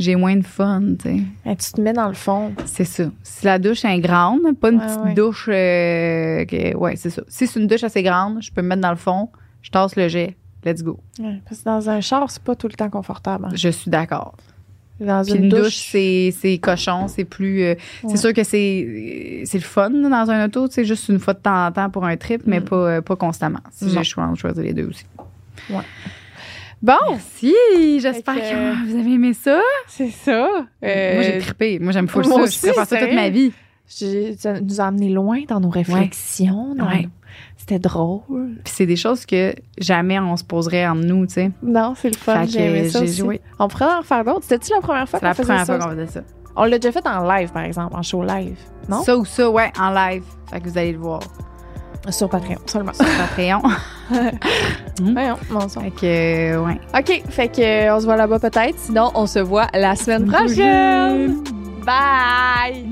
j'ai moins de fun tu sais
Hey, tu te mets dans le fond.
C'est ça. Si la douche est grande, pas une
Ouais,
petite
ouais.
douche. euh, que- ouais, c'est ça. Si c'est une douche assez grande, je peux me mettre dans le fond, je tasse le jet. Let's go.
Ouais, parce que dans un char, c'est pas tout le temps confortable. hein.
Je suis d'accord.
Dans
Puis une douche, c'est, c'est cochon, c'est plus. euh,
Ouais.
C'est sûr que c'est, c'est le fun là, dans un auto, tu sais, juste une fois de temps en temps pour un trip, mais
Mm.
pas, euh, pas constamment. Si j'ai
Non.
le choix de choisir les deux aussi.
Bon,
Merci. J'espère
Fait
que,
que-
euh, vous avez aimé ça.
(laughs) c'est ça. Euh,
Moi, j'ai trippé. Moi, j'aime full
moi
ça.
aussi,
je pourrais faire ça toute
sérieux.
ma vie.
j'ai- ça nous a amené loin dans nos réflexions. dans
Ouais.
nos- C'était drôle.
Puis c'est des choses que jamais on se poserait entre nous, tu sais.
Non, c'est le fun.
Fait
euh, J'ai aimé
que
ça
j'ai
aussi.
joué.
On pourrait en faire d'autres. C'était-tu la première fois
C'est
qu'on
la
faisait
première
ça?
fois qu'on faisait ça.
On l'a déjà fait en live, par exemple, en show live. Non?
Ça ou ça, ouais, en live. Fait que vous allez le
(laughs)
voir
Sur Patreon seulement. (laughs)
sur Patreon.
Voyons, mon son.
fait que, euh, ouais.
OK, fait que euh, on se voit là-bas peut-être. Sinon, on se voit la semaine prochaine. Bye!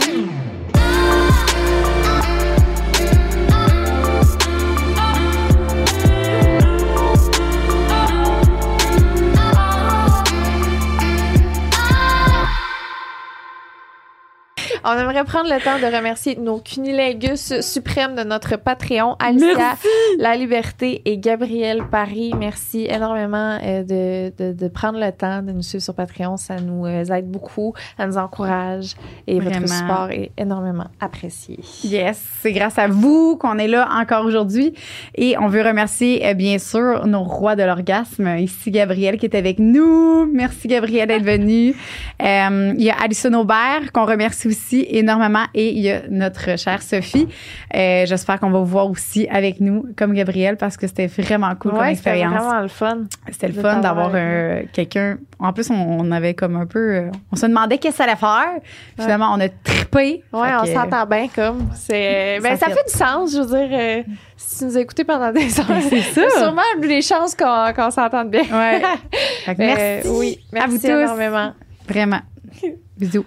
On aimerait prendre le temps de remercier nos cunilingus suprêmes de notre Patreon, Alicia, La Liberté et Gabriel Paris. Merci énormément euh, de, de- de prendre le temps de nous suivre sur Patreon. Ça nous euh, aide beaucoup, ça nous encourage et
Vraiment.
votre support est énormément apprécié.
Yes, c'est grâce à vous qu'on est là encore aujourd'hui. Et on veut remercier, euh, bien sûr, nos rois de l'orgasme. Ici, Gabriel qui est avec nous. Merci, Gabriel, d'être
(laughs)
venu. Euh, il y a Alison Aubert qu'on remercie aussi énormément. Et il y a notre chère Sophie. Euh, J'espère qu'on va vous voir aussi avec nous, comme Gabriel, parce que c'était vraiment cool comme
Ouais, c'était
expérience.
vraiment le fun.
C'était le
de
fun d'avoir
t'avoir
euh, quelqu'un. En plus, on, on avait comme un peu. euh, on se demandait qu'est-ce que ça allait faire. Finalement, on a trippé.
Ouais,
Fait
on
que-
s'entend bien comme. C'est, ben,
Ça
ça,
fit.
fait du sens, je veux dire, euh, si tu nous écoutez pendant des heures.
(laughs) (laughs) C'est ça.
C'est (laughs) sûrement les chances qu'on, qu'on s'entende bien.
Ouais.
(laughs)
Fait que
Euh,
merci.
oui, merci
à vous tous.
énormément.
Vraiment.
(laughs)
Bisous.